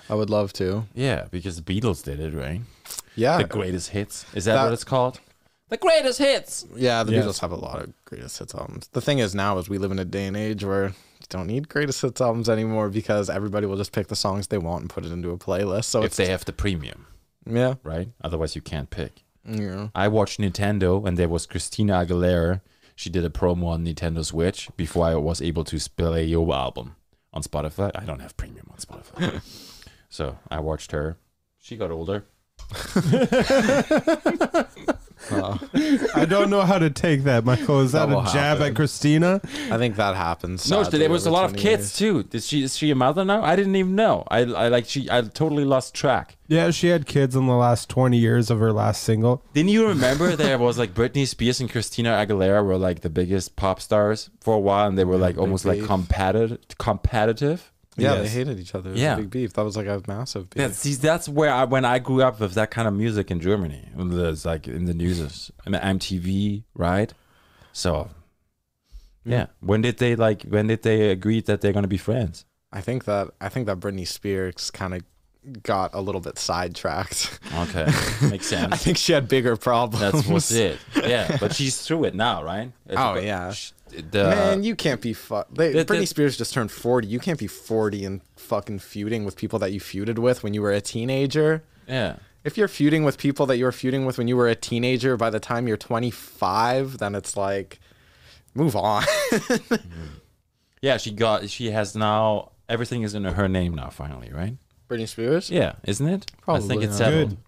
Speaker 3: I would love to.
Speaker 1: Yeah, because the Beatles did it, right?
Speaker 3: Yeah.
Speaker 1: The greatest hits. Is that,
Speaker 3: Uh, That-
Speaker 1: what it's called? The greatest hits.
Speaker 3: yeah, the
Speaker 2: Yes.
Speaker 3: Beatles have a lot of greatest hits albums. The thing is now is we live in a day and age where you don't need greatest hits albums anymore because everybody will just pick the songs they want and put it into a playlist. So
Speaker 1: If
Speaker 3: it's
Speaker 1: they have the premium,
Speaker 3: yeah,
Speaker 1: right? Otherwise you can't pick.
Speaker 3: yeah,
Speaker 1: I watched Nintendo and there was Christina Aguilera. She did a promo on Nintendo Switch before I was able to play your album on Spotify. I don't have premium on Spotify. so I watched her. She got older.
Speaker 2: I don't know how to take that, Michael. Is that,
Speaker 3: That will
Speaker 2: a jab
Speaker 3: happen.
Speaker 2: at Christina?
Speaker 3: I think that happens.
Speaker 1: No,
Speaker 3: sadly,
Speaker 1: there was a
Speaker 3: over
Speaker 1: lot of
Speaker 3: 20
Speaker 1: kids too. Is she is she a mother now? I didn't even know. I, I like she I totally lost track.
Speaker 2: Yeah, she had kids in the last 20 years of her last single.
Speaker 1: Didn't you remember there was like Britney Spears and Christina Aguilera were like the biggest pop stars for a while, and they were like almost like
Speaker 3: beef.
Speaker 1: competitive. Competitive.
Speaker 3: years. Yeah,
Speaker 2: Yes.
Speaker 3: they hated each other. It was
Speaker 1: Yeah.
Speaker 3: a big beef. That was like a massive beef.
Speaker 1: That's see, that's where I when I grew up with that kind of music in Germany. It was like in the news, I mean, MTV, right? So,
Speaker 3: Mm.
Speaker 1: yeah. When did they like? When did they agree that they're gonna be friends?
Speaker 3: I think that I think that Britney Spears kind of got a little bit sidetracked.
Speaker 1: Okay, makes sense.
Speaker 3: I think she had bigger problems.
Speaker 1: That's what's it. Yeah, but she's through it now, right? It's
Speaker 3: Oh,
Speaker 1: about-
Speaker 3: yeah.
Speaker 1: sh- The,
Speaker 3: Man, you can't be fu- they,
Speaker 1: Uh, that-
Speaker 3: Britney
Speaker 1: that-
Speaker 3: Spears just turned 40. You can't be 40 and fucking feuding with people that you feuded with when you were a teenager.
Speaker 1: yeah.
Speaker 3: If you're feuding with people that you were feuding with when you were a teenager by the time you're 25, then it's like move on.
Speaker 1: Yeah, she got she has now everything is in her name now finally, right?
Speaker 3: Britney Spears?
Speaker 1: Yeah, isn't it? I think
Speaker 3: Probably,
Speaker 1: it's
Speaker 3: yeah.
Speaker 1: settled.
Speaker 2: Good.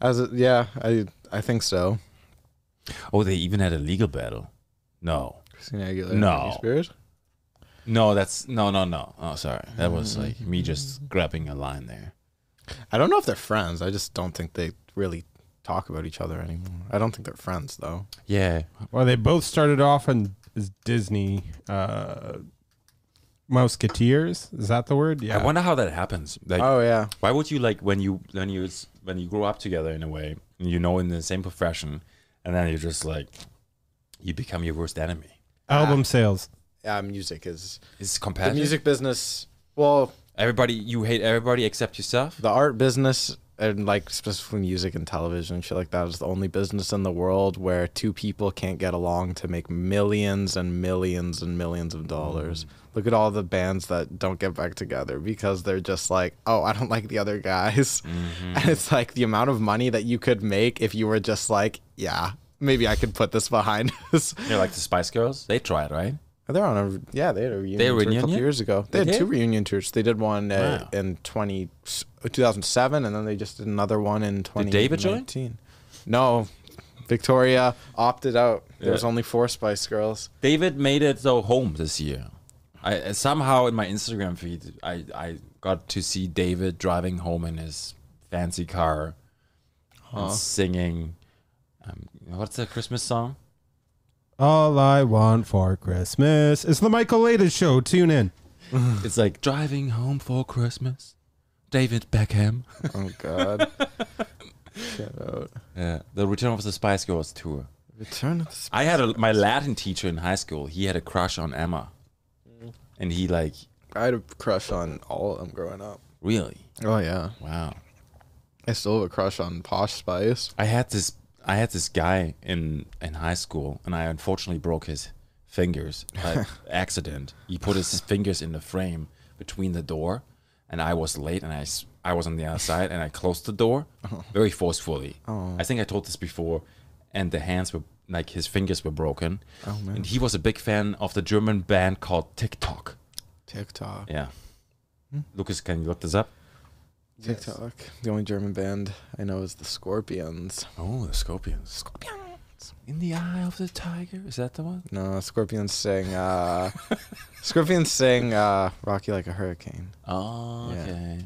Speaker 3: As a, yeah, I I think so.
Speaker 1: Oh, they even had a legal battle. No.
Speaker 3: Christina Aguilera,
Speaker 1: No.
Speaker 3: Britney Spears?
Speaker 1: No, that's no no no. Oh sorry. That was like me just grabbing a line there.
Speaker 3: I don't know if they're friends. I just don't think they really talk about each other anymore. I don't think they're friends though.
Speaker 1: Yeah.
Speaker 2: Well, they both started off on as Disney uh, Mouseketeers. Is that the word? Yeah.
Speaker 1: I wonder how that happens. Like
Speaker 3: Oh yeah.
Speaker 1: why would you like when you when you s- when you grow up together in a way, and you know in the same profession, and then you're just like you become your worst enemy.
Speaker 2: Album sales.
Speaker 3: Yeah, music is
Speaker 1: It's
Speaker 3: the
Speaker 1: competitive.
Speaker 3: music business. Well,
Speaker 1: Everybody, you hate everybody except yourself.
Speaker 3: the art business and like specifically music and television and shit like that is the only business in the world where two people can't get along to make millions and millions and millions of dollars. Look at all the bands that don't get back together because they're just like, oh, I don't like the other guys. And it's like the amount of money that you could make if you were just like, yeah, maybe I could put this behind us.
Speaker 1: You know, like the Spice Girls, they tried, right?
Speaker 3: Oh, They're on a yeah. They had a reunion
Speaker 1: They
Speaker 3: tour
Speaker 1: were
Speaker 3: a couple
Speaker 1: reunion?
Speaker 3: years ago. They,
Speaker 1: They
Speaker 3: had two
Speaker 1: did?
Speaker 3: reunion tours. They did one uh,
Speaker 1: Wow.
Speaker 3: in uh, 20, s- 2007, and then they just did another one in twenty.
Speaker 1: David join?
Speaker 3: No, Victoria opted out. There was
Speaker 1: Yeah.
Speaker 3: only four Spice Girls.
Speaker 1: David made it though home this year. I uh, somehow in my Instagram feed, I I got to see David driving home in his fancy car, and singing. Um, what's the Christmas song?
Speaker 2: All I want for Christmas is the Michael Latest show. Tune in.
Speaker 1: It's like driving home for Christmas, David Beckham.
Speaker 3: Oh God. Shout out.
Speaker 1: Yeah, the Return of the Spice Girls tour.
Speaker 3: Return of the Spice.
Speaker 1: I had a, my Latin teacher in high school. He had a crush on Emma, and he like
Speaker 3: I had a crush on all of them growing up.
Speaker 1: really
Speaker 3: Oh yeah.
Speaker 1: wow.
Speaker 3: I still have a crush on Posh Spice.
Speaker 1: I had this I had this guy in in high school, and I unfortunately broke his fingers by accident. He put his fingers in the frame between the door, and I was late, and I s- I was on the other side, and I closed the door very forcefully. I think I told this before, and the hands were like his fingers were broken, and he was a big fan of the German band called TikTok.
Speaker 3: TikTok.
Speaker 1: Yeah, Lucas, can you look this up?
Speaker 3: TikTok. The only German band I know is the Scorpions.
Speaker 1: Oh, the Scorpions. Scorpions. In the eye of the tiger. Is that the one?
Speaker 3: No, Scorpions sing. Uh, Scorpions sing uh, "Rocky Like a Hurricane."
Speaker 1: Oh,
Speaker 3: Yeah.
Speaker 1: okay.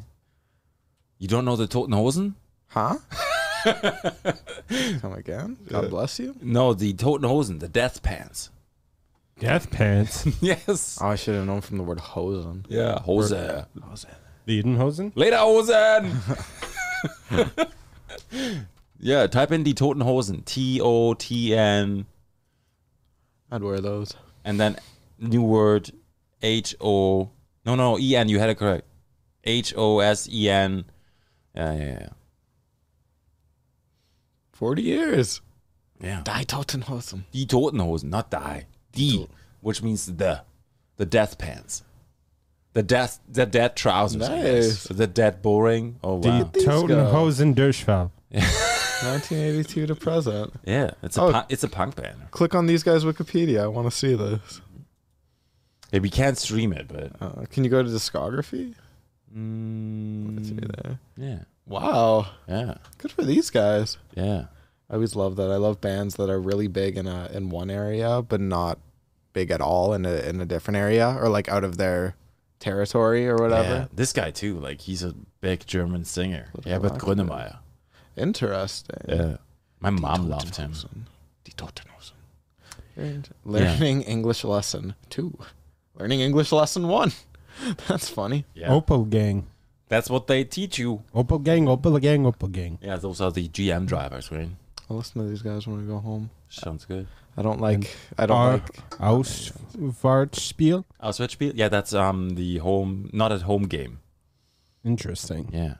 Speaker 1: You don't know the Toten Hosen?
Speaker 3: Huh? Come again? God bless you.
Speaker 1: No, the Toten Hosen, the death pants.
Speaker 2: Death Pants.
Speaker 1: yes.
Speaker 3: Oh, I should have known from the word "hosen."
Speaker 1: Yeah, Hose.
Speaker 2: the Edenhosen?
Speaker 1: Later, Hosen! yeah, type in the Toten Hosen. T O T N,
Speaker 3: I'd wear those.
Speaker 1: and then new word H O. No, no, E N. You had it correct. H O S E N. Yeah, yeah, yeah.
Speaker 3: Forty years.
Speaker 1: Yeah.
Speaker 3: Die Toten Hosen.
Speaker 1: Die Totenhosen, not die. Die, which means the, the death pants, the death, the dead trousers, I guess.
Speaker 3: Nice.
Speaker 1: the dead boring. Oh
Speaker 2: The
Speaker 1: wow,
Speaker 2: Totenhosen Durchfall.
Speaker 3: 1982 to present.
Speaker 1: yeah, it's a
Speaker 3: Oh.
Speaker 1: punk, it's a punk band.
Speaker 3: Click on these guys' Wikipedia. I want to see this.
Speaker 1: Yeah, we can't stream it, but
Speaker 3: Uh, can you go to discography? Let's see
Speaker 1: mm,
Speaker 3: there.
Speaker 1: yeah,
Speaker 3: Wow.
Speaker 1: yeah,
Speaker 3: Good for these guys.
Speaker 1: yeah.
Speaker 3: I always love that. I love bands that are really big in a in one area, but not big at all in a in a different area or like out of their territory or
Speaker 1: Yeah,
Speaker 3: whatever.
Speaker 1: this guy too. Like he's a big German singer,
Speaker 3: Little
Speaker 1: Herbert
Speaker 3: rock
Speaker 1: Grönemeyer.
Speaker 3: Interesting.
Speaker 1: Yeah, my mom loved him.
Speaker 3: Die Totenhosen. Very int- Learning English lesson two. Learning English lesson one. That's funny.
Speaker 1: Yeah,
Speaker 2: Opal Gang.
Speaker 1: that's what they teach you.
Speaker 2: Opal Gang, Opal Gang, Opal Gang.
Speaker 1: Yeah, those are the GM drivers, right?
Speaker 3: I'll listen to these guys when we go home.
Speaker 1: Sounds good.
Speaker 3: I don't like. I don't
Speaker 2: Our
Speaker 3: like.
Speaker 2: Ausfahrtspiel.
Speaker 1: Auswärtsspiel? Yeah, that's um the home, not at home game.
Speaker 2: Interesting.
Speaker 1: Yeah.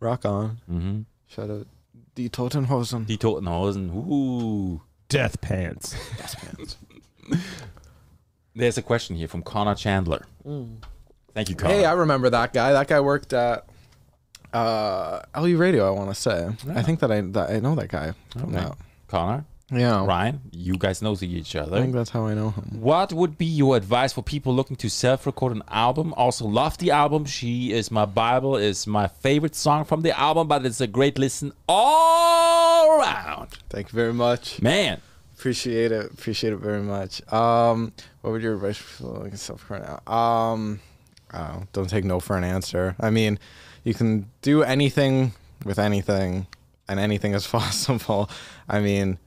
Speaker 3: Rock on.
Speaker 1: Mm-hmm.
Speaker 3: Shout out. Die Totenhosen.
Speaker 1: Die Totenhausen. Ooh.
Speaker 2: Death Pants.
Speaker 1: There's a question here from Connor Chandler. Thank you, Connor.
Speaker 3: Mm. Hey, I remember that guy. That guy worked at uh, LU Radio. I want to say. I think that I that I know that guy. From
Speaker 1: Okay.
Speaker 3: that.
Speaker 1: Connor,
Speaker 3: Yeah,
Speaker 1: Ryan, you guys know each
Speaker 3: I think
Speaker 1: other.
Speaker 3: that's how I know him.
Speaker 1: What would be your advice for people looking to self-record an album? Also, love the album. She is my Bible. is my favorite song from the album, but it's a great listen all around.
Speaker 3: Thank you very much.
Speaker 1: Man,
Speaker 3: Appreciate it. Appreciate it very much. Um, what would your advice for like self current? Um, oh, don't take no for an answer. I mean, you can do anything with anything, and anything is possible. I mean,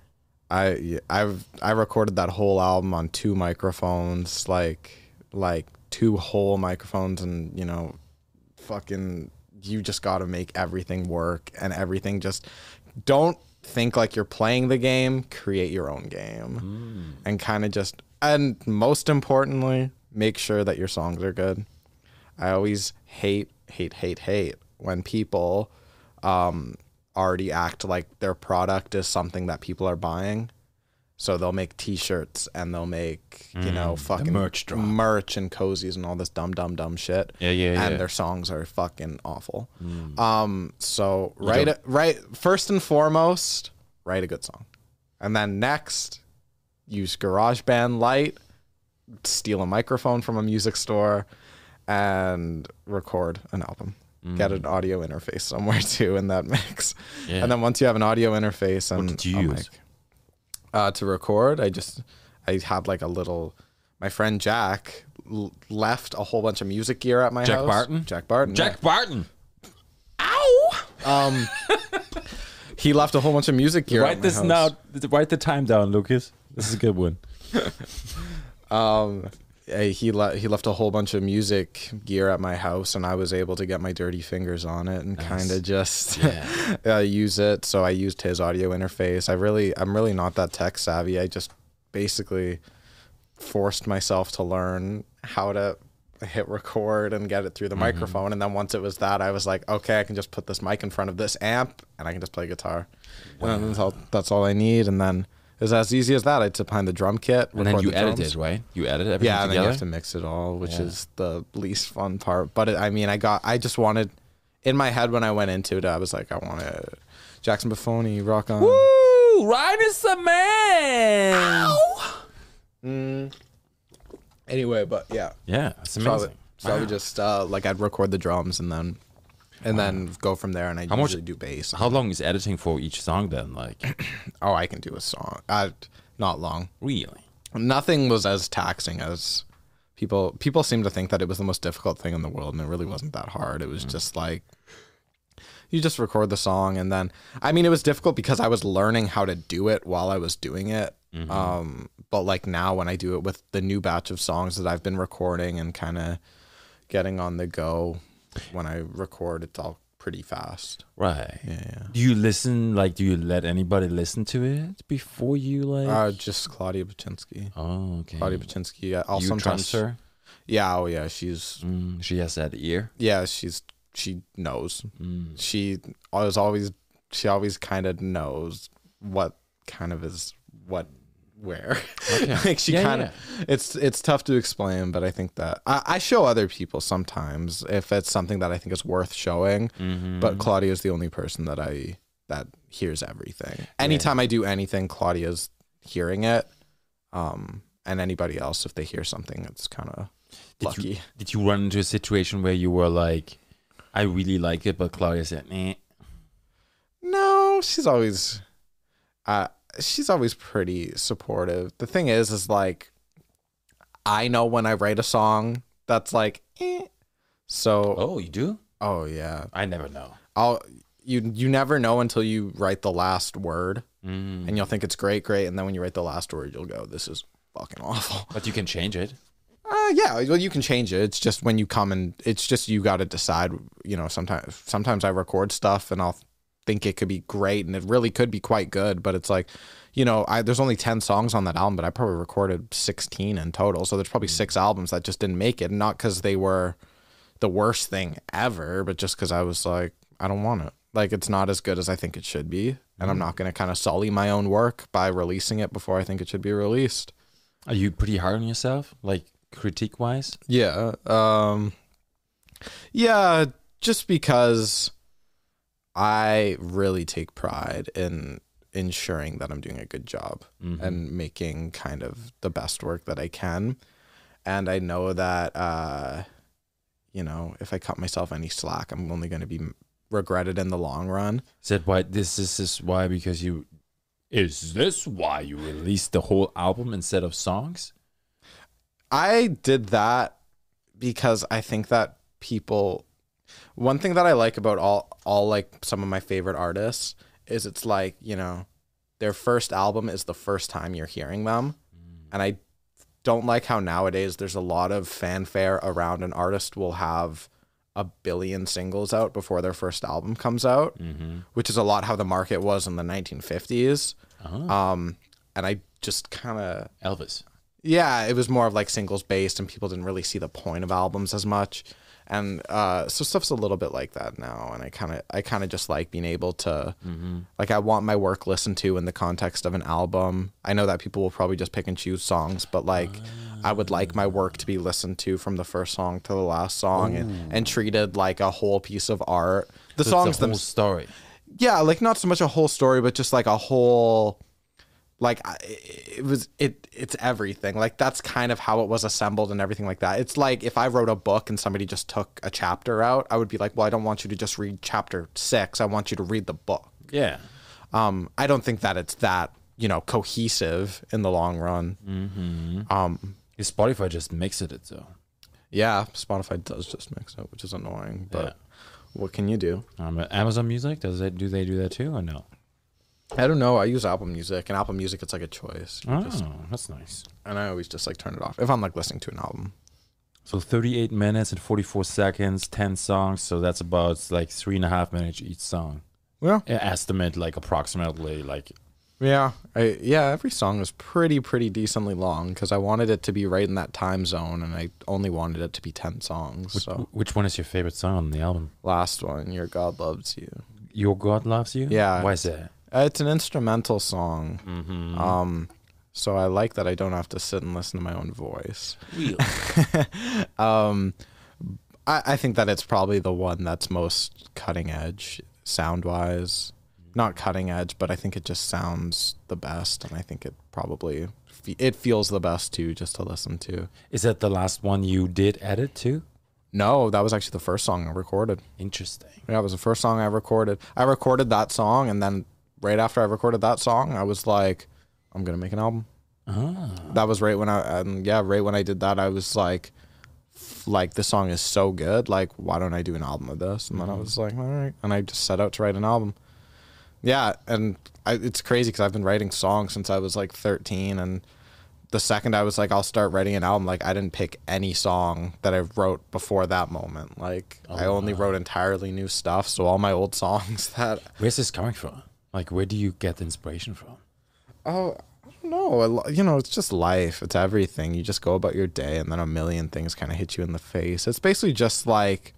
Speaker 3: I I've I recorded that whole album on two microphones, like like two whole microphones, and you know, fucking you just got to make everything work and everything just don't think like you're playing the game create your own game and kind of just and most importantly make sure that your songs are good i always hate hate hate hate when people um already act like their product is something that people are buying so they'll make t-shirts and they'll make you know fucking
Speaker 1: Mm. merch drop.
Speaker 3: merch and cozies and all this dumb dumb dumb shit
Speaker 1: Yeah, yeah,
Speaker 3: and
Speaker 1: yeah. Mm.
Speaker 3: their songs are fucking awful. Um, so write a, write first and foremost, write a good song, and then next, use GarageBand Lite, steal a microphone from a music store and record an album. Get an audio interface somewhere too in that mix.
Speaker 1: Mm. Yeah.
Speaker 3: And then once you have an audio interface and
Speaker 1: did you
Speaker 3: a
Speaker 1: use?
Speaker 3: mic, uh, to record. I just I had like a little. My friend Jack l- left a whole bunch of music gear at my
Speaker 1: Jack
Speaker 3: house.
Speaker 1: Barton?
Speaker 3: Jack Barton.
Speaker 1: Jack Barton.
Speaker 3: yeah. He left a whole bunch of music gear. at
Speaker 1: Write
Speaker 3: my
Speaker 1: this
Speaker 3: house.
Speaker 1: now. Write the time down, Lucas. This is a good one.
Speaker 3: Um, uh, he le- he left a whole bunch of music gear at my house, and I was able to get my dirty fingers on it and kind of just uh, use it. So I used his audio interface. I really, I'm really not that tech savvy. I just basically forced myself to learn how to hit record and get it through the
Speaker 1: Mm-hmm.
Speaker 3: microphone. And then once it was that, I was like, okay, I can just put this mic in front of this amp, and I can just play guitar. And then that's all, that's all I need. And then. It's as easy as that. I would find the drum kit,
Speaker 1: And then
Speaker 3: record
Speaker 1: you
Speaker 3: the drums.
Speaker 1: edited, right? You edited everything
Speaker 3: Yeah, and then
Speaker 1: together.
Speaker 3: you have to mix it all, which is the least fun part. But it, I mean, I got, I just wanted, in my head when I went into it, I was like, I want to Jackson Buffoni, rock on.
Speaker 1: Woo! Ryan is the man.
Speaker 3: Anyway, but yeah,
Speaker 1: Yeah, that's
Speaker 3: so I
Speaker 1: amazing.
Speaker 3: would, so I would just uh, like I'd record the drums and then, and then go from there. And I
Speaker 1: much-
Speaker 3: usually do bass.
Speaker 1: How long is editing for each song then? Like,
Speaker 3: Oh, I can do a song. I, not long.
Speaker 1: really?
Speaker 3: Nothing was as taxing as people. People seem to think that it was the most difficult thing in the world, and it really wasn't that hard. It was
Speaker 1: Mm.
Speaker 3: just like you just record the song and then i mean it was difficult because i was learning how to do it while i was doing it
Speaker 1: Mm-hmm.
Speaker 3: um but like now when i do it with the new batch of songs that i've been recording and kind of getting on the go when i record it's all pretty fast
Speaker 1: Right.
Speaker 3: yeah
Speaker 1: Do you listen? Like, do you let anybody listen to it before you like?
Speaker 3: uh just claudia baczynski
Speaker 1: oh, okay.
Speaker 3: claudia baczynski i'll
Speaker 1: you trust
Speaker 3: sometimes
Speaker 1: her?
Speaker 3: yeah oh yeah she's
Speaker 1: Mm, she has that ear.
Speaker 3: yeah she's she knows
Speaker 1: Mm.
Speaker 3: she was always she always kind of knows what kind of is what where like she
Speaker 1: Yeah,
Speaker 3: kind of it's it's tough to explain but i think that I, I show other people sometimes if it's something that i think is worth showing
Speaker 1: Mm-hmm.
Speaker 3: but claudia's the only person that i that hears everything anytime i do anything claudia's hearing it um and anybody else if they hear something it's kind of
Speaker 1: Did you,
Speaker 3: lucky
Speaker 1: did you run into a situation where you were like, I really like it, but Claudia said, eh.
Speaker 3: No, she's always uh she's always pretty supportive. The thing is is like I know when I write a song that's like eh. so
Speaker 1: Oh, you do?
Speaker 3: oh yeah.
Speaker 1: I never know.
Speaker 3: I'll you you never know until you write the last word
Speaker 1: Mm.
Speaker 3: and you'll think it's great great and then when you write the last word you'll go this is fucking awful.
Speaker 1: But you can change it.
Speaker 3: Uh, yeah, well, you can change it. It's just when you come and it's just you got to decide. You know, sometimes sometimes I record stuff and I'll think it could be great and it really could be quite good, but it's like, you know, I there's only ten songs on that album, but I probably recorded sixteen in total. So there's probably six albums that just didn't make it, not because they were the worst thing ever, but just because I was like, I don't want it. Like it's not as good as I think it should be, and I'm not gonna kind of sully my own work by releasing it before I think it should be released.
Speaker 1: Are you pretty hard on yourself, like critique wise?
Speaker 3: Yeah. Um Yeah, just because I really take pride in ensuring that I'm doing a good job and making kind of the best work that I can. And I know that uh you know, if I cut myself any slack, I'm only going to be regretted in the long run.
Speaker 1: Said why? This is this why because you. Is this why you released the whole album instead of songs?
Speaker 3: I did that because I think that people one thing that I like about all all like some of my favorite artists is it's like, you know, their first album is the first time you're hearing them. And I don't like how nowadays there's a lot of fanfare around an artist will have a billion singles out before their first album comes out,
Speaker 1: Mm. Mm-hmm.
Speaker 3: which is a lot how the market was in the 1950s.
Speaker 1: Mm. Ah.
Speaker 3: Um, and I just kind of
Speaker 1: Elvis.
Speaker 3: yeah, it was more of like singles based, and people didn't really see the point of albums as much. And uh, so stuff's a little bit like that now, and I kind of I kind of just like being able to like I want my work listened to in the context of an album. I know that people will probably just pick and choose songs, but like I would like my work to be listened to from the first song to the last song, and, and treated like a whole piece of art. The
Speaker 1: So it's
Speaker 3: songs
Speaker 1: the whole
Speaker 3: themselves
Speaker 1: story.
Speaker 3: yeah, like not so much a whole story, but just like a whole like I- it was it it's everything like that's kind of how it was assembled and everything like that it's like if i wrote a book and somebody just took a chapter out i would be like well i don't want you to just read chapter six i want you to read the book
Speaker 1: Yeah.
Speaker 3: um i don't think that it's that you know cohesive in the long run
Speaker 1: Mm-hmm.
Speaker 3: um
Speaker 1: His Spotify just mixed it so.
Speaker 3: yeah spotify does just mix it which is annoying but
Speaker 1: Yeah.
Speaker 3: what can you do
Speaker 1: Um, Amazon Music does that? Do they do that too or no?
Speaker 3: i don't know i use apple music and apple music it's like a choice You
Speaker 1: Oh,
Speaker 3: just-
Speaker 1: that's nice.
Speaker 3: and i always just like turn it off if i'm like listening to an album
Speaker 1: So 38 minutes and 44 seconds, 10 songs. So that's about like three and a half minutes each song.
Speaker 3: yeah
Speaker 1: Yeah, Estimate like approximately like
Speaker 3: Yeah, I, yeah. Every song was pretty, pretty decently long because I wanted it to be right in that time zone, and I only wanted it to be ten songs. So
Speaker 1: Which one is your favorite song on the album?
Speaker 3: last one, "Your God Loves You."
Speaker 1: Your God Loves You?
Speaker 3: Yeah.
Speaker 1: Why is that?
Speaker 3: Uh, It's an instrumental song, um, so I like that I don't have to sit and listen to my own voice. Um, I, I think that it's probably the one that's most cutting edge sound wise. Not cutting edge, but I think it just sounds the best, and I think it probably fe- it feels the best too, just to listen to.
Speaker 1: Is that the last one you did edit to?
Speaker 3: No, that was actually the first song I recorded.
Speaker 1: Interesting.
Speaker 3: Yeah, it was the first song I recorded. I recorded that song, and then right after I recorded that song, I was like, I'm gonna make an album. That was right when I, um, yeah, right when I did that, I was like, f- like this song is so good, like why don't I do an album of this? And then I was like, all right, and I just set out to write an album. Yeah, and I, it's crazy because I've been writing songs since I was like 13, and the second I was like, I'll start writing an album, like I didn't pick any song that I wrote before that moment. Like I only wrote entirely new stuff, so all my old songs that
Speaker 1: Where's this coming from? Like, where do you get the inspiration from?
Speaker 3: oh I don't know, I lo- you know, it's just life. It's everything. You just go about your day, and then a million things kind of hit you in the face. It's basically just like.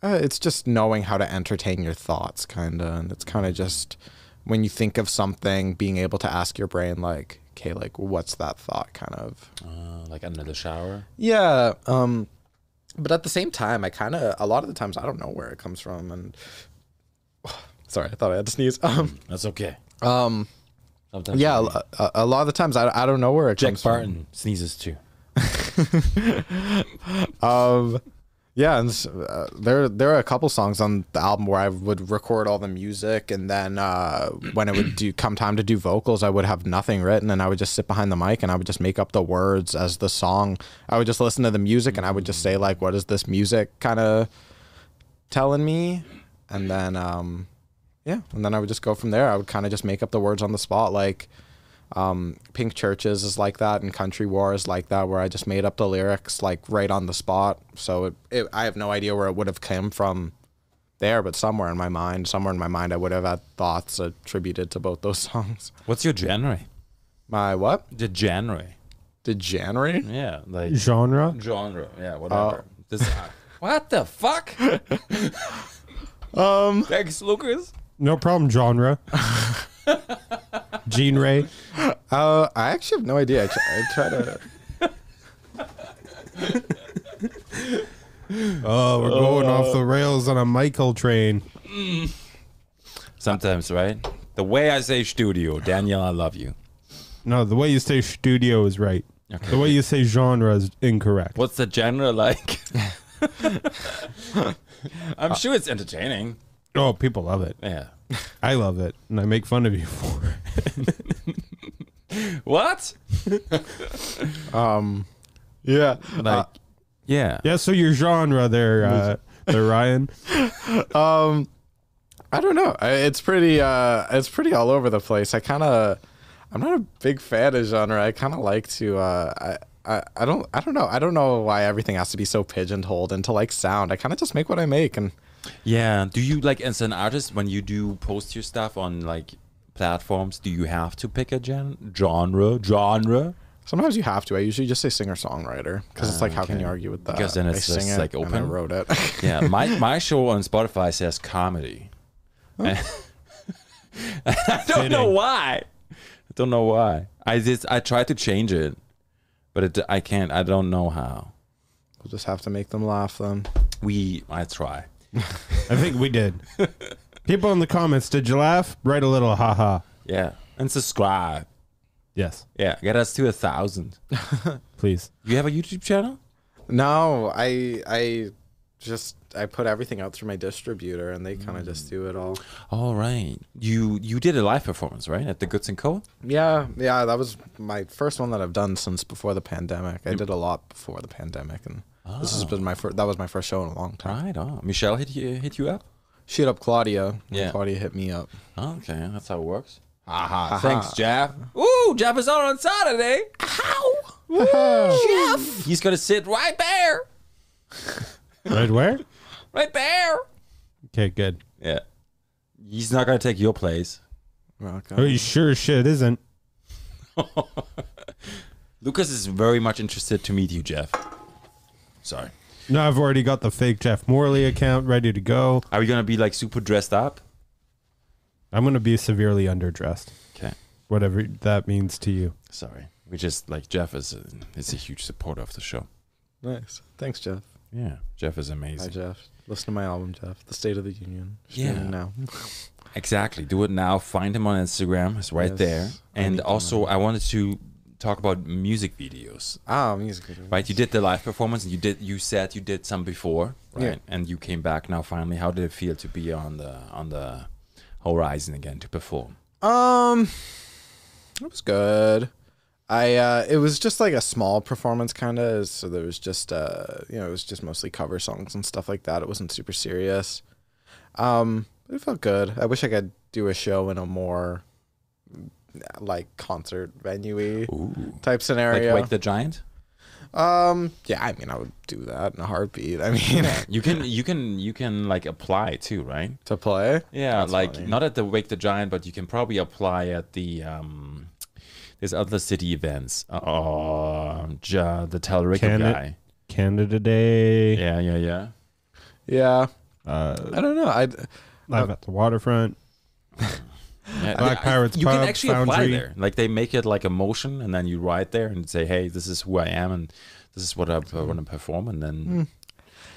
Speaker 3: Uh, it's just knowing how to entertain your thoughts, kind of. And it's kind of just when you think of something, being able to ask your brain, like, okay, like, what's that thought, kind of.
Speaker 1: Uh, like under the shower?
Speaker 3: Yeah. Um, but at the same time, I kind of a lot of the times I don't know where it comes from, and sorry, I thought I had to sneeze. Um,
Speaker 1: That's okay.
Speaker 3: um,
Speaker 1: Sometimes
Speaker 3: yeah,
Speaker 1: you-
Speaker 3: a, a- a lot of the times I, I don't know where it
Speaker 1: Jack
Speaker 3: comes from.
Speaker 1: Barton sneezes too.
Speaker 3: Um, yeah, and s- uh, there there are a couple songs on the album where I would record all the music, and then uh, when it would do come time to do vocals, I would have nothing written, and I would just sit behind the mic and I would just make up the words as the song. I would just listen to the music, and I would just say like, "What is this music kind of telling me?" And then um, yeah, and then I would just go from there. I would kind of just make up the words on the spot, like. Pink Churches is like that, and Country War is like that, where I just made up the lyrics like right on the spot. So it, it, I have no idea where it would have come from there, but somewhere in my mind, somewhere in my mind, I would have had thoughts attributed to both those songs.
Speaker 1: What's your genre?
Speaker 3: My what?
Speaker 1: The genre.
Speaker 3: The January?
Speaker 1: Yeah, like
Speaker 2: Genre?
Speaker 1: genre. Yeah, whatever. This- what the fuck? um. Thanks, Lucas.
Speaker 2: No problem, genre. Gene Ray.
Speaker 3: Uh, I actually have no idea. I try, I try to.
Speaker 2: Oh, we're going off the rails on a Michael train.
Speaker 1: Sometimes, right? The way I say studio, Daniel, I love you.
Speaker 2: No, the way you say studio is right. The way you say genre is incorrect.
Speaker 1: What's the genre like? I'm sure it's entertaining.
Speaker 2: Oh, people love it.
Speaker 1: Yeah.
Speaker 2: I love it, and I make fun of you for it.
Speaker 1: What?
Speaker 3: Um, yeah.
Speaker 1: Like, yeah.
Speaker 2: Yeah, so your genre there, uh, there, Ryan.
Speaker 3: I don't know. I- It's pretty. Uh, it's pretty all over the place. I kind of. I'm not a big fan of genre. I kind of like to. Uh, I, I. I don't. I don't know. I don't know why everything has to be so pigeonholed into like sound. I kind of just make what I make, and
Speaker 1: Yeah. Do you like as an artist when you do post your stuff on like platforms? Do you have to pick a gen- genre? Genre?
Speaker 3: sometimes you have to. I usually just say singer songwriter because it's like, how can
Speaker 1: okay.
Speaker 3: you argue with that?
Speaker 1: Because then it's
Speaker 3: I
Speaker 1: just, like,
Speaker 3: and I
Speaker 1: open.
Speaker 3: wrote it.
Speaker 1: Yeah. My my show on Spotify says comedy. I don't know
Speaker 2: Fitting.
Speaker 1: why. I don't know why. I just I tried to change it, but it, I can't. I don't know how.
Speaker 3: we'll just have to make them laugh. Then
Speaker 1: We I try.
Speaker 2: I think we did. People in the comments, did you laugh? Write a little haha.
Speaker 1: Yeah. and subscribe.
Speaker 2: Yes,
Speaker 1: Yeah, get us to a thousand.
Speaker 2: please.
Speaker 1: You have a YouTube channel?
Speaker 3: No, I I just I put everything out through my distributor, and they kind of
Speaker 1: Mm.
Speaker 3: just do it all.
Speaker 1: All right. You you did a live performance, right? At the Goods and Co.
Speaker 3: Yeah, yeah, that was my first one that I've done since before the pandemic. I did a lot before the pandemic, and this
Speaker 1: Oh.
Speaker 3: has been my first. That was my first show in a long time.
Speaker 1: Right on. oh. Michelle hit you hit you up?
Speaker 3: She hit up Claudia. and
Speaker 1: Yeah.
Speaker 3: Claudia hit me up.
Speaker 1: Okay, that's how it works. Aha. Thanks, Jeff. Ooh, Jeff is on on Saturday. How? Jeff. He's gonna sit right there.
Speaker 2: Right where?
Speaker 1: Right there.
Speaker 2: Okay, good.
Speaker 1: Yeah. He's not gonna take your place.
Speaker 2: Oh,
Speaker 3: Okay.
Speaker 2: you sure as shit isn't.
Speaker 1: Lucas is very much interested to meet you, Jeff. Sorry.
Speaker 2: No, I've already got the fake Jeff Morley account ready to go.
Speaker 1: Are we gonna be like super dressed up?
Speaker 2: I'm gonna be severely underdressed,
Speaker 1: Okay.
Speaker 2: whatever that means to you.
Speaker 1: Sorry. We just like Jeff is a, is a huge supporter of the show.
Speaker 3: Nice. Thanks, Jeff.
Speaker 1: Yeah, Jeff is
Speaker 3: Hi,
Speaker 1: amazing.
Speaker 3: Jeff. Listen to my album, Jeff. The State of the Union.
Speaker 1: Yeah.
Speaker 3: Streaming Now.
Speaker 1: Exactly. Do it now. Find him on Instagram. It's right
Speaker 3: Yes,
Speaker 1: there.
Speaker 3: I
Speaker 1: And
Speaker 3: need to
Speaker 1: also, I wanted to talk about music videos.
Speaker 3: Ah, music. video.
Speaker 1: Right? You did the live performance. And you did. You said you did some before, right?
Speaker 3: Yeah.
Speaker 1: And you came back now. Finally, how did it feel to be on the on the horizon again to perform?
Speaker 3: Um, it was good. I uh, it was just like a small performance, kind of. So there was just uh, you know, it was just mostly cover songs and stuff like that. It wasn't super serious. Um, but it felt good. I wish I could do a show in a more mm, like concert venue
Speaker 1: Ooh.
Speaker 3: type
Speaker 1: Like
Speaker 3: scenario.
Speaker 1: Wake the Giant.
Speaker 3: um, yeah, I mean, I would do that in a heartbeat. I mean,
Speaker 1: You can you can you can like apply too, right?
Speaker 3: to play.
Speaker 1: Yeah,
Speaker 3: That's
Speaker 1: like
Speaker 3: funny.
Speaker 1: not at the Wake the Giant, but you can probably apply at the um there's other city events. Oh, ja, the Telrico
Speaker 2: Can it-
Speaker 1: guy.
Speaker 2: Canada Day,
Speaker 1: Yeah, yeah, yeah.
Speaker 3: Yeah,
Speaker 2: uh,
Speaker 3: I don't know. I
Speaker 2: live at the waterfront.
Speaker 1: Yeah,
Speaker 2: Black
Speaker 1: I-
Speaker 2: Pirates
Speaker 1: You can
Speaker 2: Pub,
Speaker 1: actually apply
Speaker 2: Foundry.
Speaker 1: there. Like they make it like a motion, and then you write there and say, "Hey, this is who I am, and this is what I want to perform." And then
Speaker 2: Mm.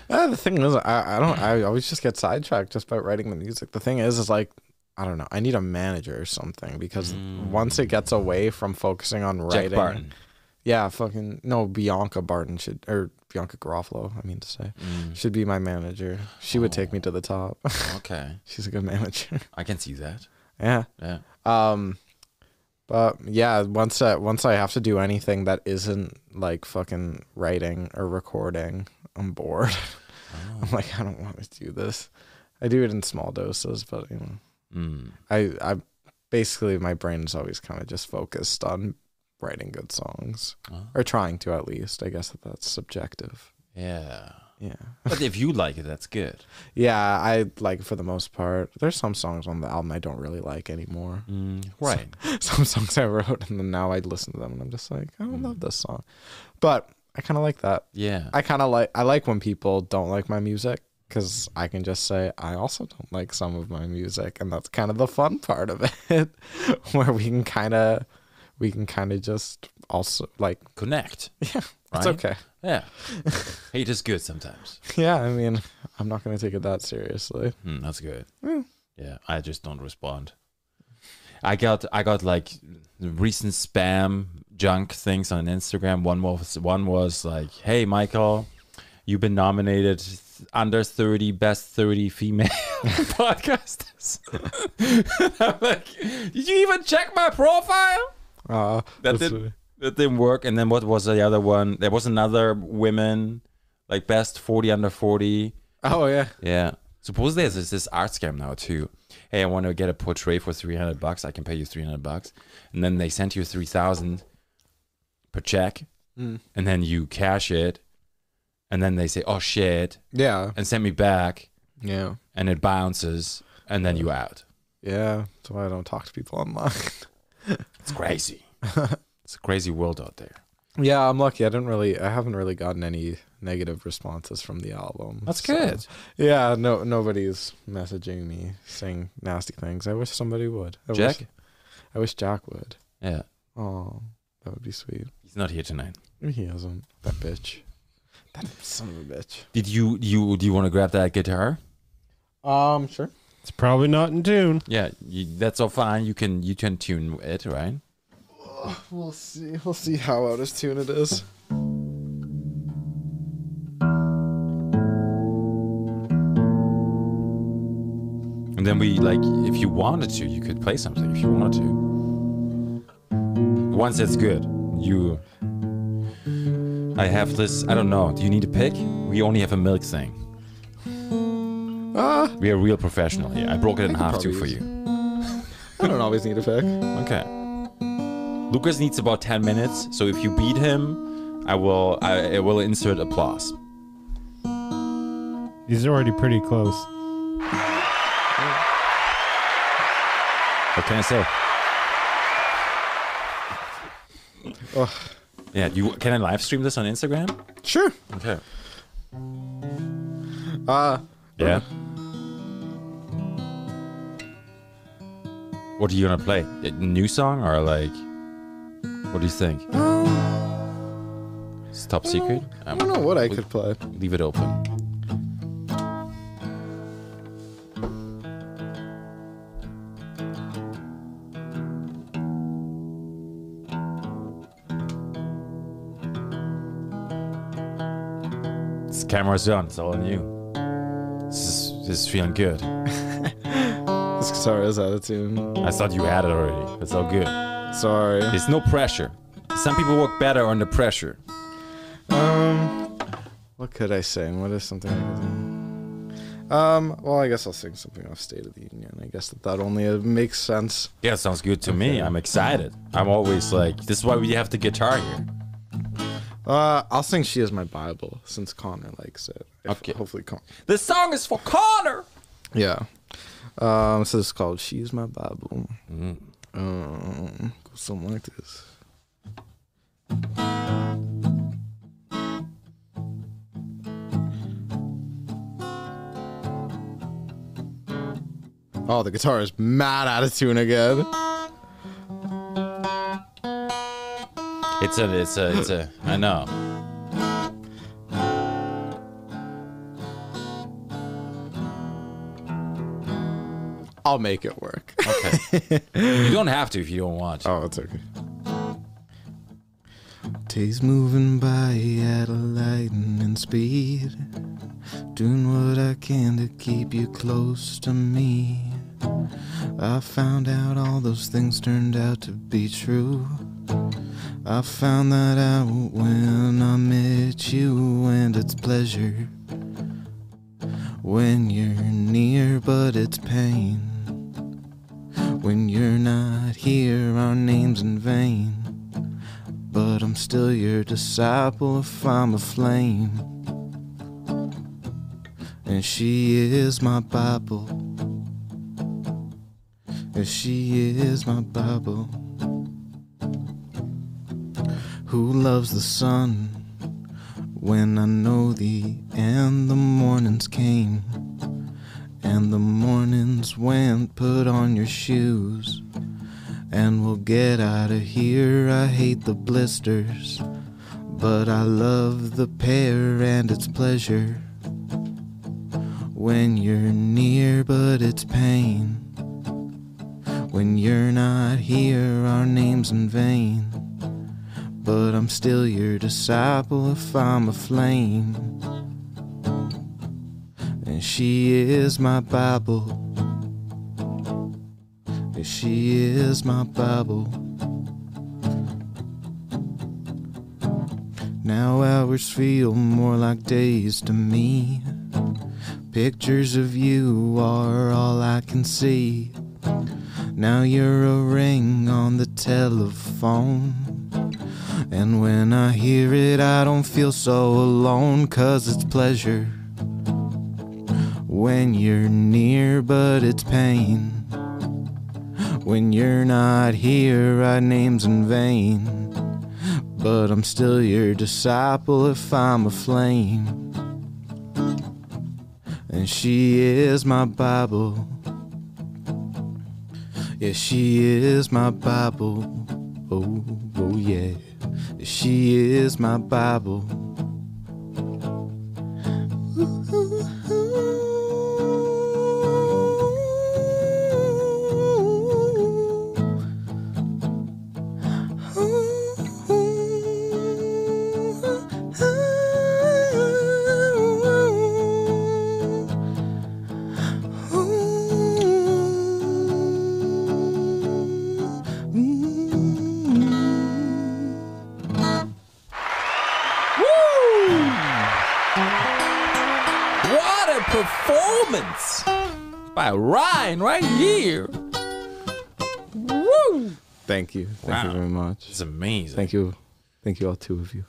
Speaker 3: Uh, the thing is, I, I don't. I always just get sidetracked just by writing the music. The thing is, is like, I don't know. I need a manager or something because once it gets away from focusing on
Speaker 1: Mm. Jack
Speaker 3: writing,
Speaker 1: Barton.
Speaker 3: yeah, fucking no. Bianca Barton should or Bianca Garofalo. I mean to say,
Speaker 1: Mm,
Speaker 3: should be my manager. She would
Speaker 1: Oh.
Speaker 3: take me to the top.
Speaker 1: Okay,
Speaker 3: She's a good manager.
Speaker 1: I can see that.
Speaker 3: yeah.
Speaker 1: Yeah.
Speaker 3: Um, but yeah, once I once I have to do anything that isn't like fucking writing or recording, I'm bored. I'm like, I don't want to do this. I do it in small doses, but you know,
Speaker 1: Mm.
Speaker 3: I I basically my brain is always kind of just focused on writing good songs
Speaker 1: Oh.
Speaker 3: or trying to at least. I guess that that's subjective.
Speaker 1: Yeah.
Speaker 3: Yeah,
Speaker 1: But if you like it, that's good.
Speaker 3: yeah. I like for the most part. There's some songs on the album I don't really like anymore.
Speaker 1: Mm, Right.
Speaker 3: some songs I wrote, and then now I listen to them, and I'm just like, I don't love this song, but I kind of like that.
Speaker 1: Yeah.
Speaker 3: I kind of like I like when people don't like my music because I can just say I also don't like some of my music, and that's kind of the fun part of it, where we can kind of we can kind of just also like
Speaker 1: Connect.
Speaker 3: yeah,
Speaker 1: Right.
Speaker 3: it's okay.
Speaker 1: Yeah. Hate is good sometimes.
Speaker 3: Yeah, I mean, I'm not gonna take it that seriously.
Speaker 1: Hmm, that's good. Yeah, I just don't respond. I got I got like recent spam junk things on Instagram. One was one was like, "Hey Michael, you've been nominated th- under 30 best 30 female podcasters." I'm like, "Did you even check my profile?"
Speaker 3: Uh,
Speaker 1: That
Speaker 3: that's
Speaker 1: didn't that didn't work. And then what was the other one? There was another women like best 40 under 40.
Speaker 3: oh yeah,
Speaker 1: Yeah. Suppose there's this, this art scam now too. Hey, I want to get a portrait for three hundred bucks. I can pay you three hundred bucks, and then they send you three thousand per check, and then you cash it, and then they say, "Oh shit,"
Speaker 3: yeah,
Speaker 1: and send me back,
Speaker 3: yeah,
Speaker 1: and it bounces, and then you out.
Speaker 3: yeah. That's why I don't talk to people online.
Speaker 1: It's crazy. it's a crazy world out there.
Speaker 3: Yeah, I'm lucky. I didn't really, I haven't really gotten any negative responses from the album.
Speaker 1: That's
Speaker 3: so-
Speaker 1: good.
Speaker 3: Yeah, no, nobody's messaging me saying nasty things. I wish somebody would. I
Speaker 1: Jack?
Speaker 3: Wish, I wish Jack would.
Speaker 1: Yeah,
Speaker 3: Oh, that would be sweet.
Speaker 1: he's not here tonight.
Speaker 3: He hasn't. That bitch. That son of a bitch.
Speaker 1: Did you you do you want to grab that guitar?
Speaker 3: Um, sure.
Speaker 2: It's probably not in tune.
Speaker 1: Yeah, you, that's all fine. You can you can tune it, right?
Speaker 3: We'll see. We'll see how out of tune it is.
Speaker 1: And then we like, if you wanted to, you could play something if you wanted to. Once it's good, you. I have this. I don't know. Do you need a pick? We only have a milk thing.
Speaker 3: Ah,
Speaker 1: We are real professional here. I broke it in
Speaker 3: could
Speaker 1: half too
Speaker 3: probably
Speaker 1: for
Speaker 3: use-
Speaker 1: you.
Speaker 3: I don't always need a pick.
Speaker 1: Okay. Lucas needs about ten minutes, so if you beat him, I will. I, I will insert applause.
Speaker 2: He's already pretty close.
Speaker 1: What can I say?
Speaker 3: Ugh.
Speaker 1: Yeah, you can I live stream this on Instagram?
Speaker 3: Sure.
Speaker 1: Okay.
Speaker 3: Uh,
Speaker 1: Yeah. What are you gonna play? A new song or like? What do you think? It's top secret.
Speaker 3: I don't know what I could play.
Speaker 1: Leave it open. This camera's on. It's all on you. This is, this is feeling good.
Speaker 3: This guitar is out of tune.
Speaker 1: I thought you had it already. It's all good.
Speaker 3: Sorry.
Speaker 1: There's no pressure. Some people work better under pressure.
Speaker 3: Um, what could I sing? What is something I could sing? Um, well, I guess I'll sing something off State of the Union. I guess that that only uh, makes sense.
Speaker 1: Yeah, sounds good to me. I'm excited. I'm always like, this is why we have the guitar here.
Speaker 3: Uh, I'll sing "She Is My Bible" since Connor likes it. If-
Speaker 1: Okay.
Speaker 3: Hopefully, Con-
Speaker 1: This song is for Connor.
Speaker 3: yeah. Um, so it's called "She's My Bible." Um, goes something like this. Oh, the guitar is mad out of tune again.
Speaker 1: It's a, it's a, it's a. I know.
Speaker 3: I'll make it work.
Speaker 1: Okay. you don't have to if you don't want. to.
Speaker 3: Oh, it's okay. Days moving by at a lightning speed. Doing what I can to keep you close to me. I found out all those things turned out to be true. I found that out when I met you, and it's pleasure when you're near, but it's pain. When you're not here, our name's in vain. But I'm still your disciple if I'm a flame. And she is my Bible. And she is my Bible. Who loves the sun when I know the end? The mornings came. And the mornings when put on your shoes. And we'll get out of here. I hate the blisters, but I love the pear and its pleasure. When you're near, but it's pain. When you're not here, our name's in vain. But I'm still your disciple if I'm a flame. And she is my Bible. And she is my Bible. Now hours feel more like days to me. Pictures of you are all I can see. Now you're a ring on the telephone. And when I hear it, I don't feel so alone, cause it's pleasure when you're near, but it's pain. When you're not here, I name's in vain. But I'm still your disciple if I'm a flame. And she is my Bible. Yeah, she is my Bible. Oh, oh yeah. She is my Bible.
Speaker 1: performance by Ryan right here. Woo!
Speaker 3: Thank you. Thank
Speaker 1: Wow.
Speaker 3: you very much.
Speaker 1: It's amazing.
Speaker 3: Thank you. Thank you, all two of you.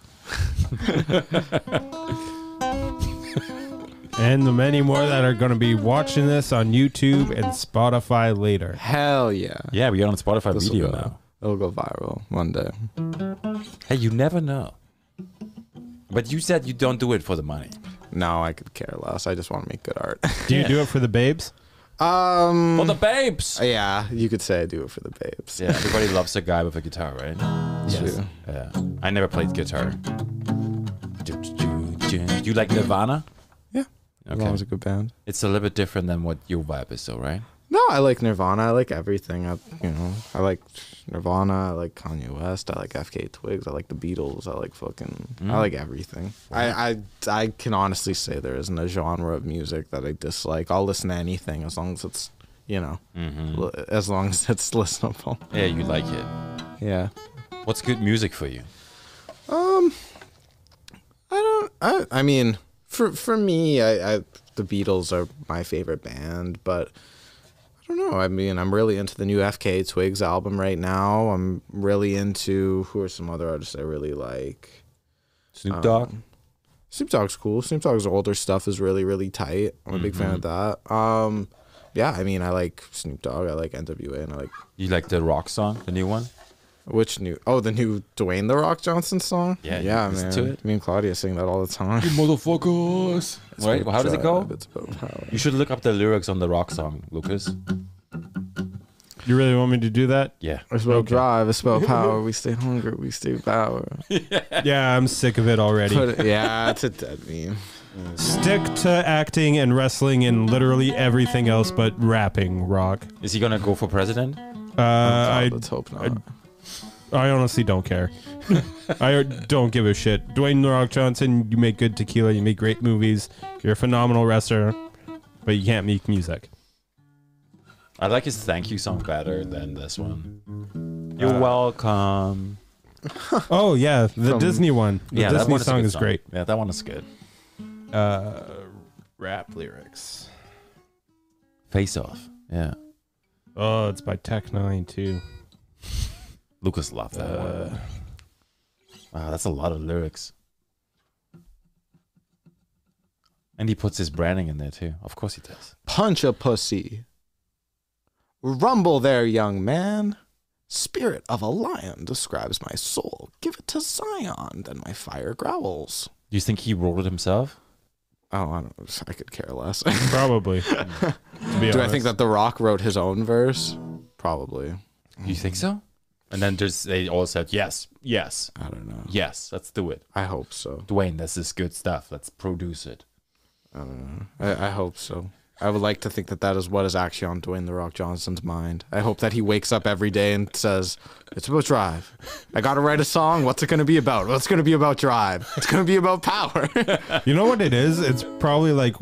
Speaker 2: And the many more that are going to be watching this on YouTube and Spotify later.
Speaker 3: Hell yeah.
Speaker 1: Yeah, we got on Spotify
Speaker 3: This'll
Speaker 1: video
Speaker 3: go-
Speaker 1: now.
Speaker 3: It'll go viral one day.
Speaker 1: Hey, you never know. But you said you don't do it for the money.
Speaker 3: No, I could care less. I just want to make good art.
Speaker 2: Do you
Speaker 1: Yeah.
Speaker 2: do it for the babes?
Speaker 3: um.
Speaker 1: For the babes.
Speaker 3: yeah, you could say I do it for the babes.
Speaker 1: Yeah, everybody loves a guy with a guitar, right?
Speaker 3: True.
Speaker 1: Yeah. I never played guitar. Do, do, do, do. You like Nirvana?
Speaker 3: Yeah. As
Speaker 1: Okay.
Speaker 3: long as it's a good band.
Speaker 1: It's a little bit different than what your vibe is, though, right?
Speaker 3: No, I like Nirvana. I like everything. I, you know, I like Nirvana. I like Kanye West. I like FK Twigs. I like the Beatles. I like fucking.
Speaker 1: Mm.
Speaker 3: I like everything. I, I I can honestly say there isn't a genre of music that I dislike. I'll listen to anything as long as it's you know,
Speaker 1: Mm-hmm.
Speaker 3: li- as long as it's listenable.
Speaker 1: Yeah, you like it.
Speaker 3: Yeah.
Speaker 1: What's good music for you?
Speaker 3: Um, I don't. I, I mean, for for me, I, I the Beatles are my favorite band, but I don't know. I mean, I'm really into the new FK Twigs album right now. I'm really into who are some other artists I really like.
Speaker 1: Snoop Dogg?
Speaker 3: Snoop Dogg's cool. Snoop Dogg's older stuff is really really tight. I'm a big fan of
Speaker 1: Mm-hmm.
Speaker 3: that. Um, yeah, I mean, I like Snoop Dogg. I like NWA, and I like
Speaker 1: you like the rock song, the new one?
Speaker 3: which new? Oh, the new Dwayne the Rock Johnson song.
Speaker 1: Yeah, you
Speaker 3: yeah,
Speaker 1: listen
Speaker 3: man.
Speaker 1: to it?
Speaker 3: Me and Claudia sing that all the time.
Speaker 1: Motherfuckers. Right? How does it go?
Speaker 3: It's about power.
Speaker 1: You should look up the lyrics on the rock song, Lucas.
Speaker 2: You really want me to do that?
Speaker 1: Yeah.
Speaker 3: It's about drive. It's about power. We stay hungry. We stay power.
Speaker 2: Yeah, I'm sick of it already.
Speaker 3: Put it, yeah, it's a dead meme.
Speaker 2: Stick to acting and wrestling and literally everything else but rapping, Rock.
Speaker 1: Is he going to go for president?
Speaker 2: Uh, I,
Speaker 3: Let's hope not.
Speaker 2: I honestly don't care. I don't give a shit. Dwayne The Rock Johnson, you make good tequila, you make great movies, you're a phenomenal wrestler, but you can't make music.
Speaker 1: I like his thank you song better than this one. Uh, You're welcome.
Speaker 2: Oh, yeah, the
Speaker 3: From-
Speaker 2: Disney one. The
Speaker 1: yeah, that
Speaker 2: Disney
Speaker 1: one is a
Speaker 2: song
Speaker 1: good
Speaker 2: is great.
Speaker 1: Yeah, that one is good.
Speaker 2: Uh, rap lyrics.
Speaker 1: Face off. Yeah.
Speaker 2: Oh, it's by Tech Nine too.
Speaker 1: Lucas loved that one. Wow, that's a lot of lyrics. And he puts his branding in there too. Of course he does.
Speaker 3: Punch a pussy. Rumble there, young man. Spirit of a lion describes my soul. Give it to Zion, then my fire growls.
Speaker 1: Do you think he wrote it himself?
Speaker 3: Oh, I don't. I could care less.
Speaker 2: Probably. to be
Speaker 3: Do I
Speaker 2: honest.
Speaker 3: think that The Rock wrote his own verse? Probably.
Speaker 1: You think so? And then there's they all said yes, yes,
Speaker 3: I don't know.
Speaker 1: yes. Let's do it,
Speaker 3: I hope so.
Speaker 1: Dwayne. This is good stuff. Let's produce it.
Speaker 3: I don't know. I, I hope so. I would like to think that that is what is actually on Dwayne the Rock Johnson's mind. I hope that he wakes up every day and says, "It's about drive. I got to write a song. What's it going to be about? Well, it's going to be about drive. It's going to be about power."
Speaker 2: You know what it is? It's probably like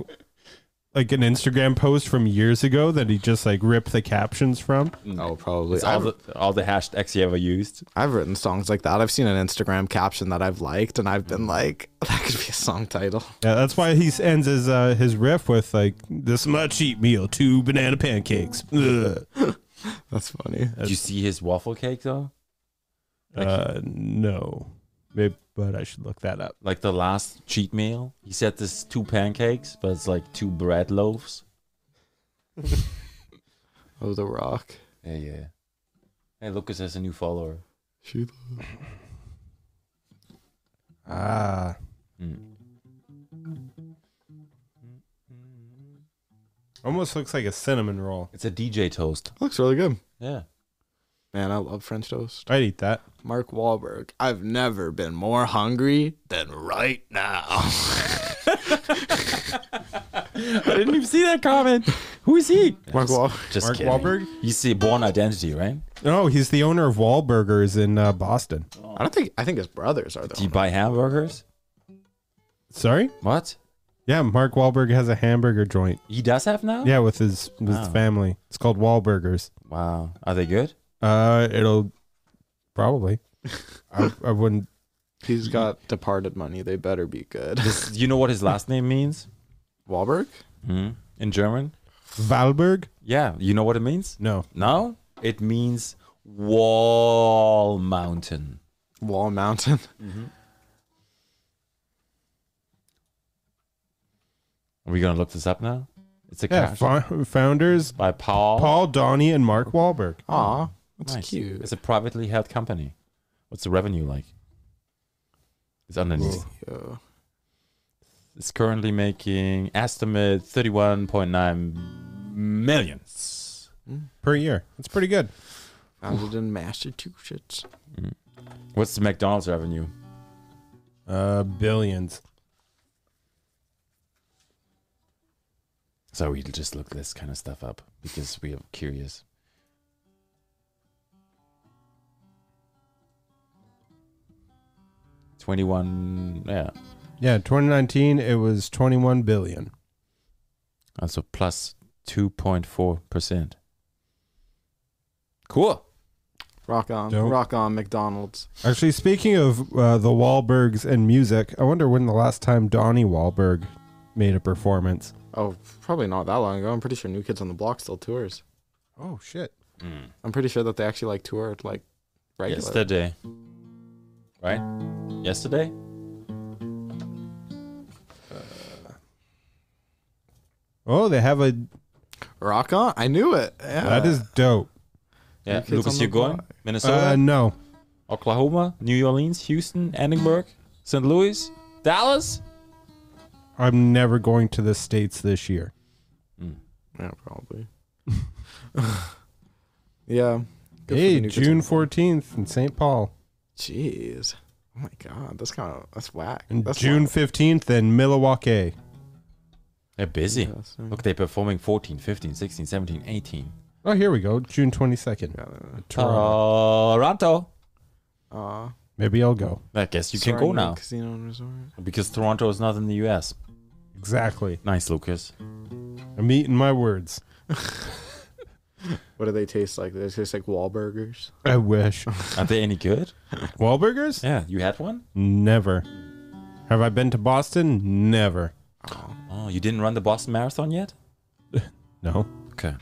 Speaker 2: like an Instagram post from years ago that he just like ripped the captions from.
Speaker 3: oh, probably.
Speaker 1: all
Speaker 3: I've,
Speaker 1: the all the hashtags he ever used.
Speaker 3: I've written songs like that. I've seen an Instagram caption that I've liked, and I've been like, "That could be a song title."
Speaker 2: Yeah, that's why he ends his uh, his riff with like this is my cheat meal, two banana pancakes. Ugh.
Speaker 3: That's funny.
Speaker 1: Did you see his waffle cake though?
Speaker 2: Uh, no. Maybe, but I should look that up.
Speaker 1: Like the last cheat meal, he said this two pancakes, but it's like two bread loaves.
Speaker 3: Oh, The Rock.
Speaker 1: Yeah, yeah. Hey, Lucas has a new follower.
Speaker 3: She-
Speaker 2: Ah. Almost looks like a cinnamon roll.
Speaker 1: It's a DJ toast.
Speaker 3: Looks really good.
Speaker 1: Yeah.
Speaker 3: Man, I love French toast.
Speaker 2: I'd eat that.
Speaker 3: Mark Wahlberg, I've never been more hungry than right now.
Speaker 1: I didn't even see that comment. Who is he?
Speaker 3: Mark Wahlberg.
Speaker 1: Just
Speaker 2: Mark
Speaker 1: kidding.
Speaker 2: Wahlberg?
Speaker 1: You see Born Identity, right?
Speaker 2: No, he's the owner of Wahlburgers in uh, Boston.
Speaker 3: I don't think I think his brothers are
Speaker 1: Do you
Speaker 3: the
Speaker 1: buy hamburgers?
Speaker 2: Sorry?
Speaker 1: What?
Speaker 2: Yeah, Mark Wahlberg has a hamburger joint.
Speaker 1: He does have now?
Speaker 2: Yeah, with his with his
Speaker 1: Oh.
Speaker 2: family. It's called Wahlburgers.
Speaker 1: Wow. Are they good?
Speaker 2: Uh, it'll probably. I, I wouldn't.
Speaker 3: He's got departed money. They better be good.
Speaker 1: This, you know what his last name means? Hmm?
Speaker 3: Wahlberg?
Speaker 1: in German?
Speaker 2: Valberg?
Speaker 1: Yeah, you know what it means?
Speaker 2: No.
Speaker 1: No, it means wall mountain.
Speaker 3: Wall Mountain.
Speaker 1: Are we gonna look this up now? It's a
Speaker 2: Yeah,
Speaker 1: character
Speaker 2: fo- founders
Speaker 1: by Paul.
Speaker 2: Paul Donnie and Mark Wahlberg.
Speaker 3: Aw, that's
Speaker 1: Nice.
Speaker 3: cute.
Speaker 1: It's a privately held company. What's the revenue like? It's underneath.
Speaker 3: Yeah.
Speaker 1: It's currently making estimate thirty-one point nine millions.
Speaker 2: per year. That's pretty good.
Speaker 3: Founded in Massachusetts.
Speaker 1: What's the McDonald's revenue?
Speaker 2: Uh, billions.
Speaker 1: So we just look this kind of stuff up because we are curious. Twenty-one, yeah.
Speaker 2: Yeah, 2019 it was 21 billion.
Speaker 1: Also plus two point four percent. Cool.
Speaker 3: Rock on,
Speaker 2: Dope.
Speaker 3: rock on, McDonald's.
Speaker 2: Actually, speaking of uh, the Wahlbergs and music, I wonder when the last time Donnie Wahlberg made a performance.
Speaker 3: Oh, probably not that long ago. I'm pretty sure New Kids on the Block still tours.
Speaker 2: Oh shit!
Speaker 1: Mm.
Speaker 3: I'm pretty sure that they actually like toured like regular.
Speaker 1: Yesterday. Right? Yesterday?
Speaker 2: Oh, they have a.
Speaker 3: Rock on. I knew it. Yeah.
Speaker 2: That is dope.
Speaker 1: Yeah.
Speaker 3: kids on
Speaker 1: Lucas,
Speaker 3: the
Speaker 1: you going?
Speaker 3: block.
Speaker 1: Minnesota,
Speaker 2: Uh, no,
Speaker 1: Oklahoma, New Orleans, Houston, Edinburgh, St. Louis, Dallas?
Speaker 2: I'm never going to the states this year.
Speaker 3: Yeah, probably. yeah. Good for
Speaker 2: hey,
Speaker 3: the New Kids on
Speaker 2: June
Speaker 3: the Block.
Speaker 2: 14th in St. Paul,
Speaker 3: Jeez. Oh my god, that's kind of that's whack.
Speaker 2: and
Speaker 3: that's
Speaker 2: June
Speaker 3: wild.
Speaker 2: 15th in Milwaukee.
Speaker 1: They're busy.
Speaker 3: Yeah, so-
Speaker 1: Look, they're performing 14, 15, 16, 17, 18.
Speaker 2: Oh, here we go. June 22nd,
Speaker 3: Yeah, no, no.
Speaker 2: Toronto.
Speaker 1: Toronto.
Speaker 3: Aw,
Speaker 2: Maybe I'll go.
Speaker 1: I guess you can
Speaker 3: Soaring
Speaker 1: go now
Speaker 3: Casino and Resort.
Speaker 1: because Toronto is not in the US.
Speaker 2: Exactly.
Speaker 1: Nice, Lucas.
Speaker 2: I'm eating my words.
Speaker 3: What do they taste like? They taste like Wahlburgers.
Speaker 2: I wish.
Speaker 1: Are they any good?
Speaker 2: Wahlburgers?
Speaker 1: Yeah, you had one?
Speaker 2: Never. Have I been to Boston? Never.
Speaker 1: Oh, you didn't run the Boston Marathon yet?
Speaker 2: No.
Speaker 1: Okay.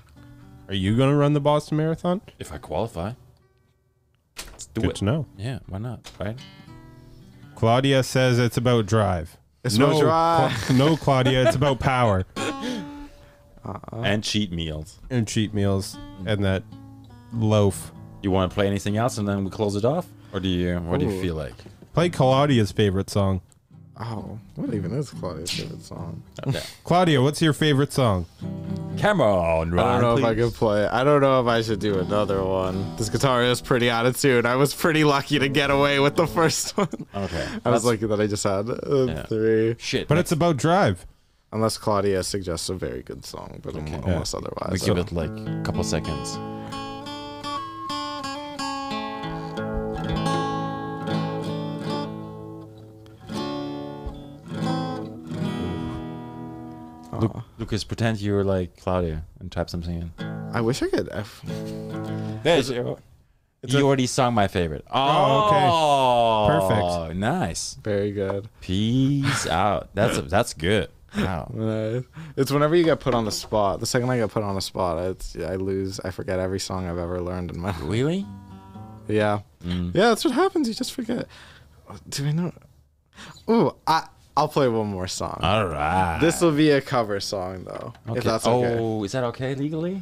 Speaker 2: Are you going to run the Boston Marathon?
Speaker 1: If I qualify, let's do
Speaker 2: Good
Speaker 1: it.
Speaker 2: to know.
Speaker 1: Yeah, why not? Right?
Speaker 2: Claudia says it's about drive.
Speaker 3: It's about drive.
Speaker 2: Cla- no, Claudia, it's about power
Speaker 3: Oh.
Speaker 1: and cheat meals.
Speaker 2: and cheat meals and that loaf.
Speaker 1: You want to play anything else, and then we close it off, or do you? What do you
Speaker 3: Ooh.
Speaker 1: feel like?
Speaker 2: Play Claudia's favorite song.
Speaker 3: Oh, what even is Claudia's favorite song?
Speaker 1: Okay.
Speaker 2: Claudia, what's your favorite song?
Speaker 1: Come on, Ryan.
Speaker 3: I don't know if I
Speaker 1: please.
Speaker 3: could play. I don't know if I should do another one. This guitar is pretty out of tune. I was pretty lucky to get away with the first one.
Speaker 1: Okay.
Speaker 3: I was
Speaker 1: That's-
Speaker 3: lucky that I just had uh,
Speaker 1: Yeah.
Speaker 3: three.
Speaker 1: shit.
Speaker 2: But
Speaker 1: But
Speaker 2: it's about drive.
Speaker 3: Unless Claudia suggests a very good song, but um, unless otherwise,
Speaker 1: we
Speaker 3: I
Speaker 1: give
Speaker 3: don't-
Speaker 1: it like a couple seconds. Lu- Lucas, pretend you're like Claudia and type something in.
Speaker 3: I wish I could. F-
Speaker 1: There's you.
Speaker 3: a-
Speaker 1: already sung my favorite.
Speaker 2: Oh, okay. Perfect.
Speaker 1: Oh, Nice.
Speaker 3: very good.
Speaker 1: Peace out. That's that's good. Wow.
Speaker 3: Uh, It's whenever you get put on the spot. The second I get put on the spot, it's, I lose. I forget every song I've ever learned in my life.
Speaker 1: Really?
Speaker 3: Yeah.
Speaker 1: Mm.
Speaker 3: Yeah, that's what happens. You just forget. Do I know? Ooh, I I'll play one more song.
Speaker 1: All right.
Speaker 3: this will be a cover song though. If that's okay.
Speaker 1: Oh, is that okay legally?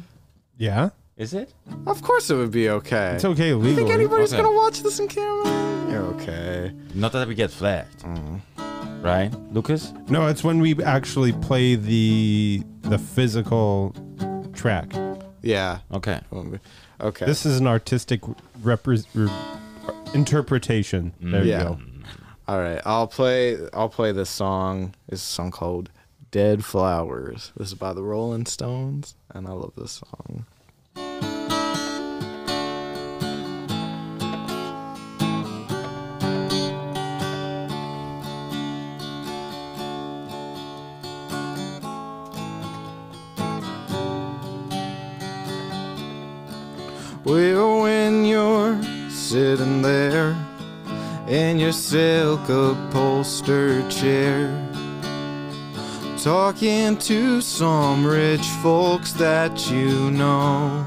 Speaker 2: Yeah?
Speaker 1: Is it?
Speaker 3: Of course it would be okay.
Speaker 2: It's okay
Speaker 3: You think
Speaker 2: legally.
Speaker 3: anybody's
Speaker 1: Okay.
Speaker 3: gonna watch this in camera? You're okay.
Speaker 1: Not that we get flagged, right, Lucas?
Speaker 2: No, it's when we actually play the the physical track.
Speaker 3: Yeah.
Speaker 1: Okay.
Speaker 3: won't be- Okay.
Speaker 2: This is an artistic repre- re- interpretation. There
Speaker 3: Yeah.
Speaker 2: you go.
Speaker 3: All right. I'll play. I'll play this song. It's a song called "Dead Flowers." This is by the Rolling Stones, and I love this song. Well, when you're sitting there in your silk upholstered chair, Talking to some rich folks that you know.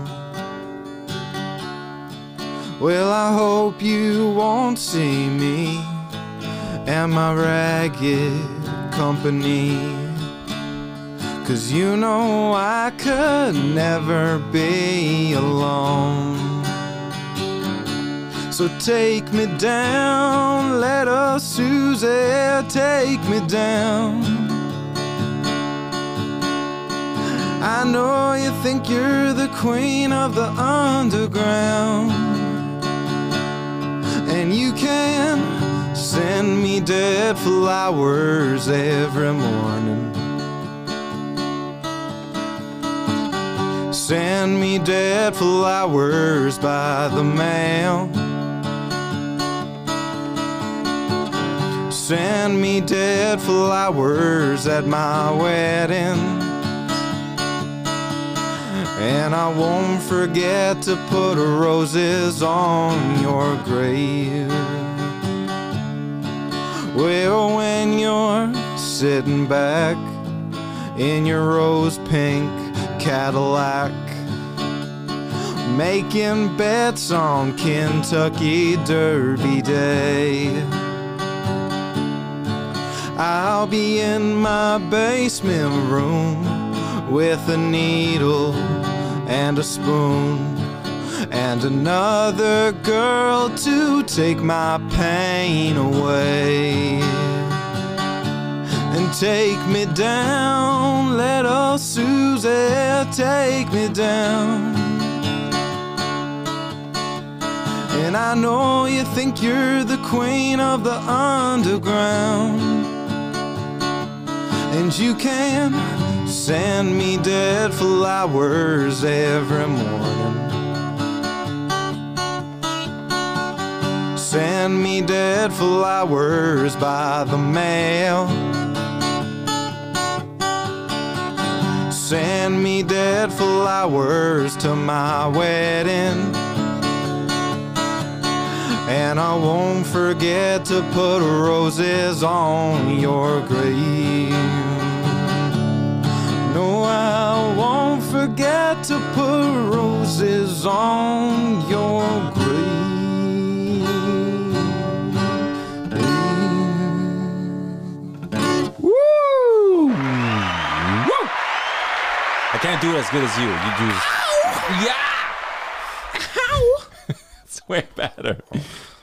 Speaker 3: Well, I hope you won't see me and my ragged company. Cause you know I could never be alone. So take me down, let us, Susie, take me down. I know you think you're the queen of the underground, and you can send me dead flowers every morning. Send me dead flowers by the mail. Send me dead flowers at my wedding. And I won't forget to put roses on your grave. Well, when you're sitting back in your rose pink Cadillac, making bets on Kentucky Derby Day. I'll be in my basement room with a needle and a spoon and another girl to take my pain away. And take me down, let us, Susie, take me down. And I know you think you're the queen of the underground. And you can send me dead flowers every morning. Send me dead flowers by the mail. Send me dead flowers to my wedding. And I won't forget to put roses on your grave. No, I won't forget to put roses on your grave.
Speaker 1: Woo! Woo! I can't do it as good as you. You do. Yeah. How? it's way better.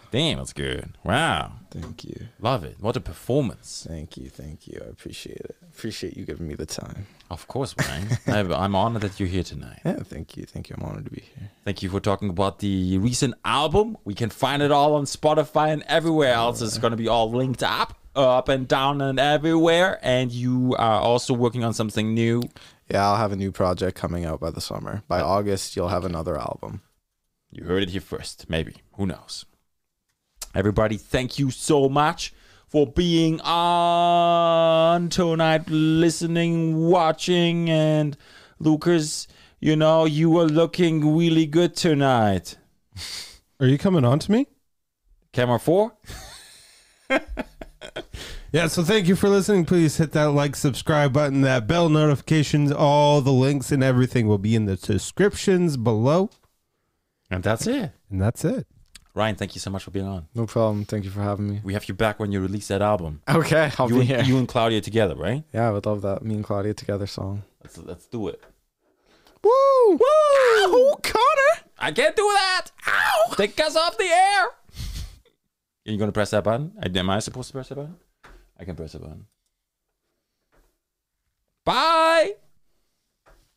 Speaker 1: Damn, that's good. Wow,
Speaker 3: Thank you.
Speaker 1: love it. What a performance.
Speaker 3: Thank you. Thank you. I appreciate it. Appreciate you giving me the time.
Speaker 1: Of course, Brian. I- I'm honored that you're here tonight.
Speaker 3: Yeah, thank you. Thank you. I'm honored to be here.
Speaker 1: Thank you for talking about the recent album. We can find it all on Spotify and everywhere else. It's going to be all linked up, up and down and everywhere. And you are also working on something new.
Speaker 3: Yeah, I'll have a new project coming out by the summer. By August, you'll have another album.
Speaker 1: You heard it here first, maybe. Who knows? Everybody, thank you so much for being on tonight, listening, watching, and Lucas, you know, you were looking really good tonight.
Speaker 2: Are you coming on to me?
Speaker 1: Camera four?
Speaker 2: Yeah, so thank you for listening. Please hit that like, subscribe button, that bell notifications. All the links and everything will be in the descriptions below.
Speaker 1: And that's it.
Speaker 2: And that's it.
Speaker 1: Ryan, thank you so much for being on.
Speaker 3: No problem. Thank you for having me.
Speaker 1: We have you back when you release that album.
Speaker 3: Okay, I'll
Speaker 1: You
Speaker 3: be
Speaker 1: and,
Speaker 3: here.
Speaker 1: you and Claudia together, right?
Speaker 3: yeah, I would love that. Me and Claudia together song.
Speaker 1: Let's let's do it.
Speaker 3: Woo! Woo! Oh, Connor!
Speaker 1: I can't do that. Ow! Take us off the air. Are you gonna press that button? I- Am I supposed to press that button? I can press that button. Bye.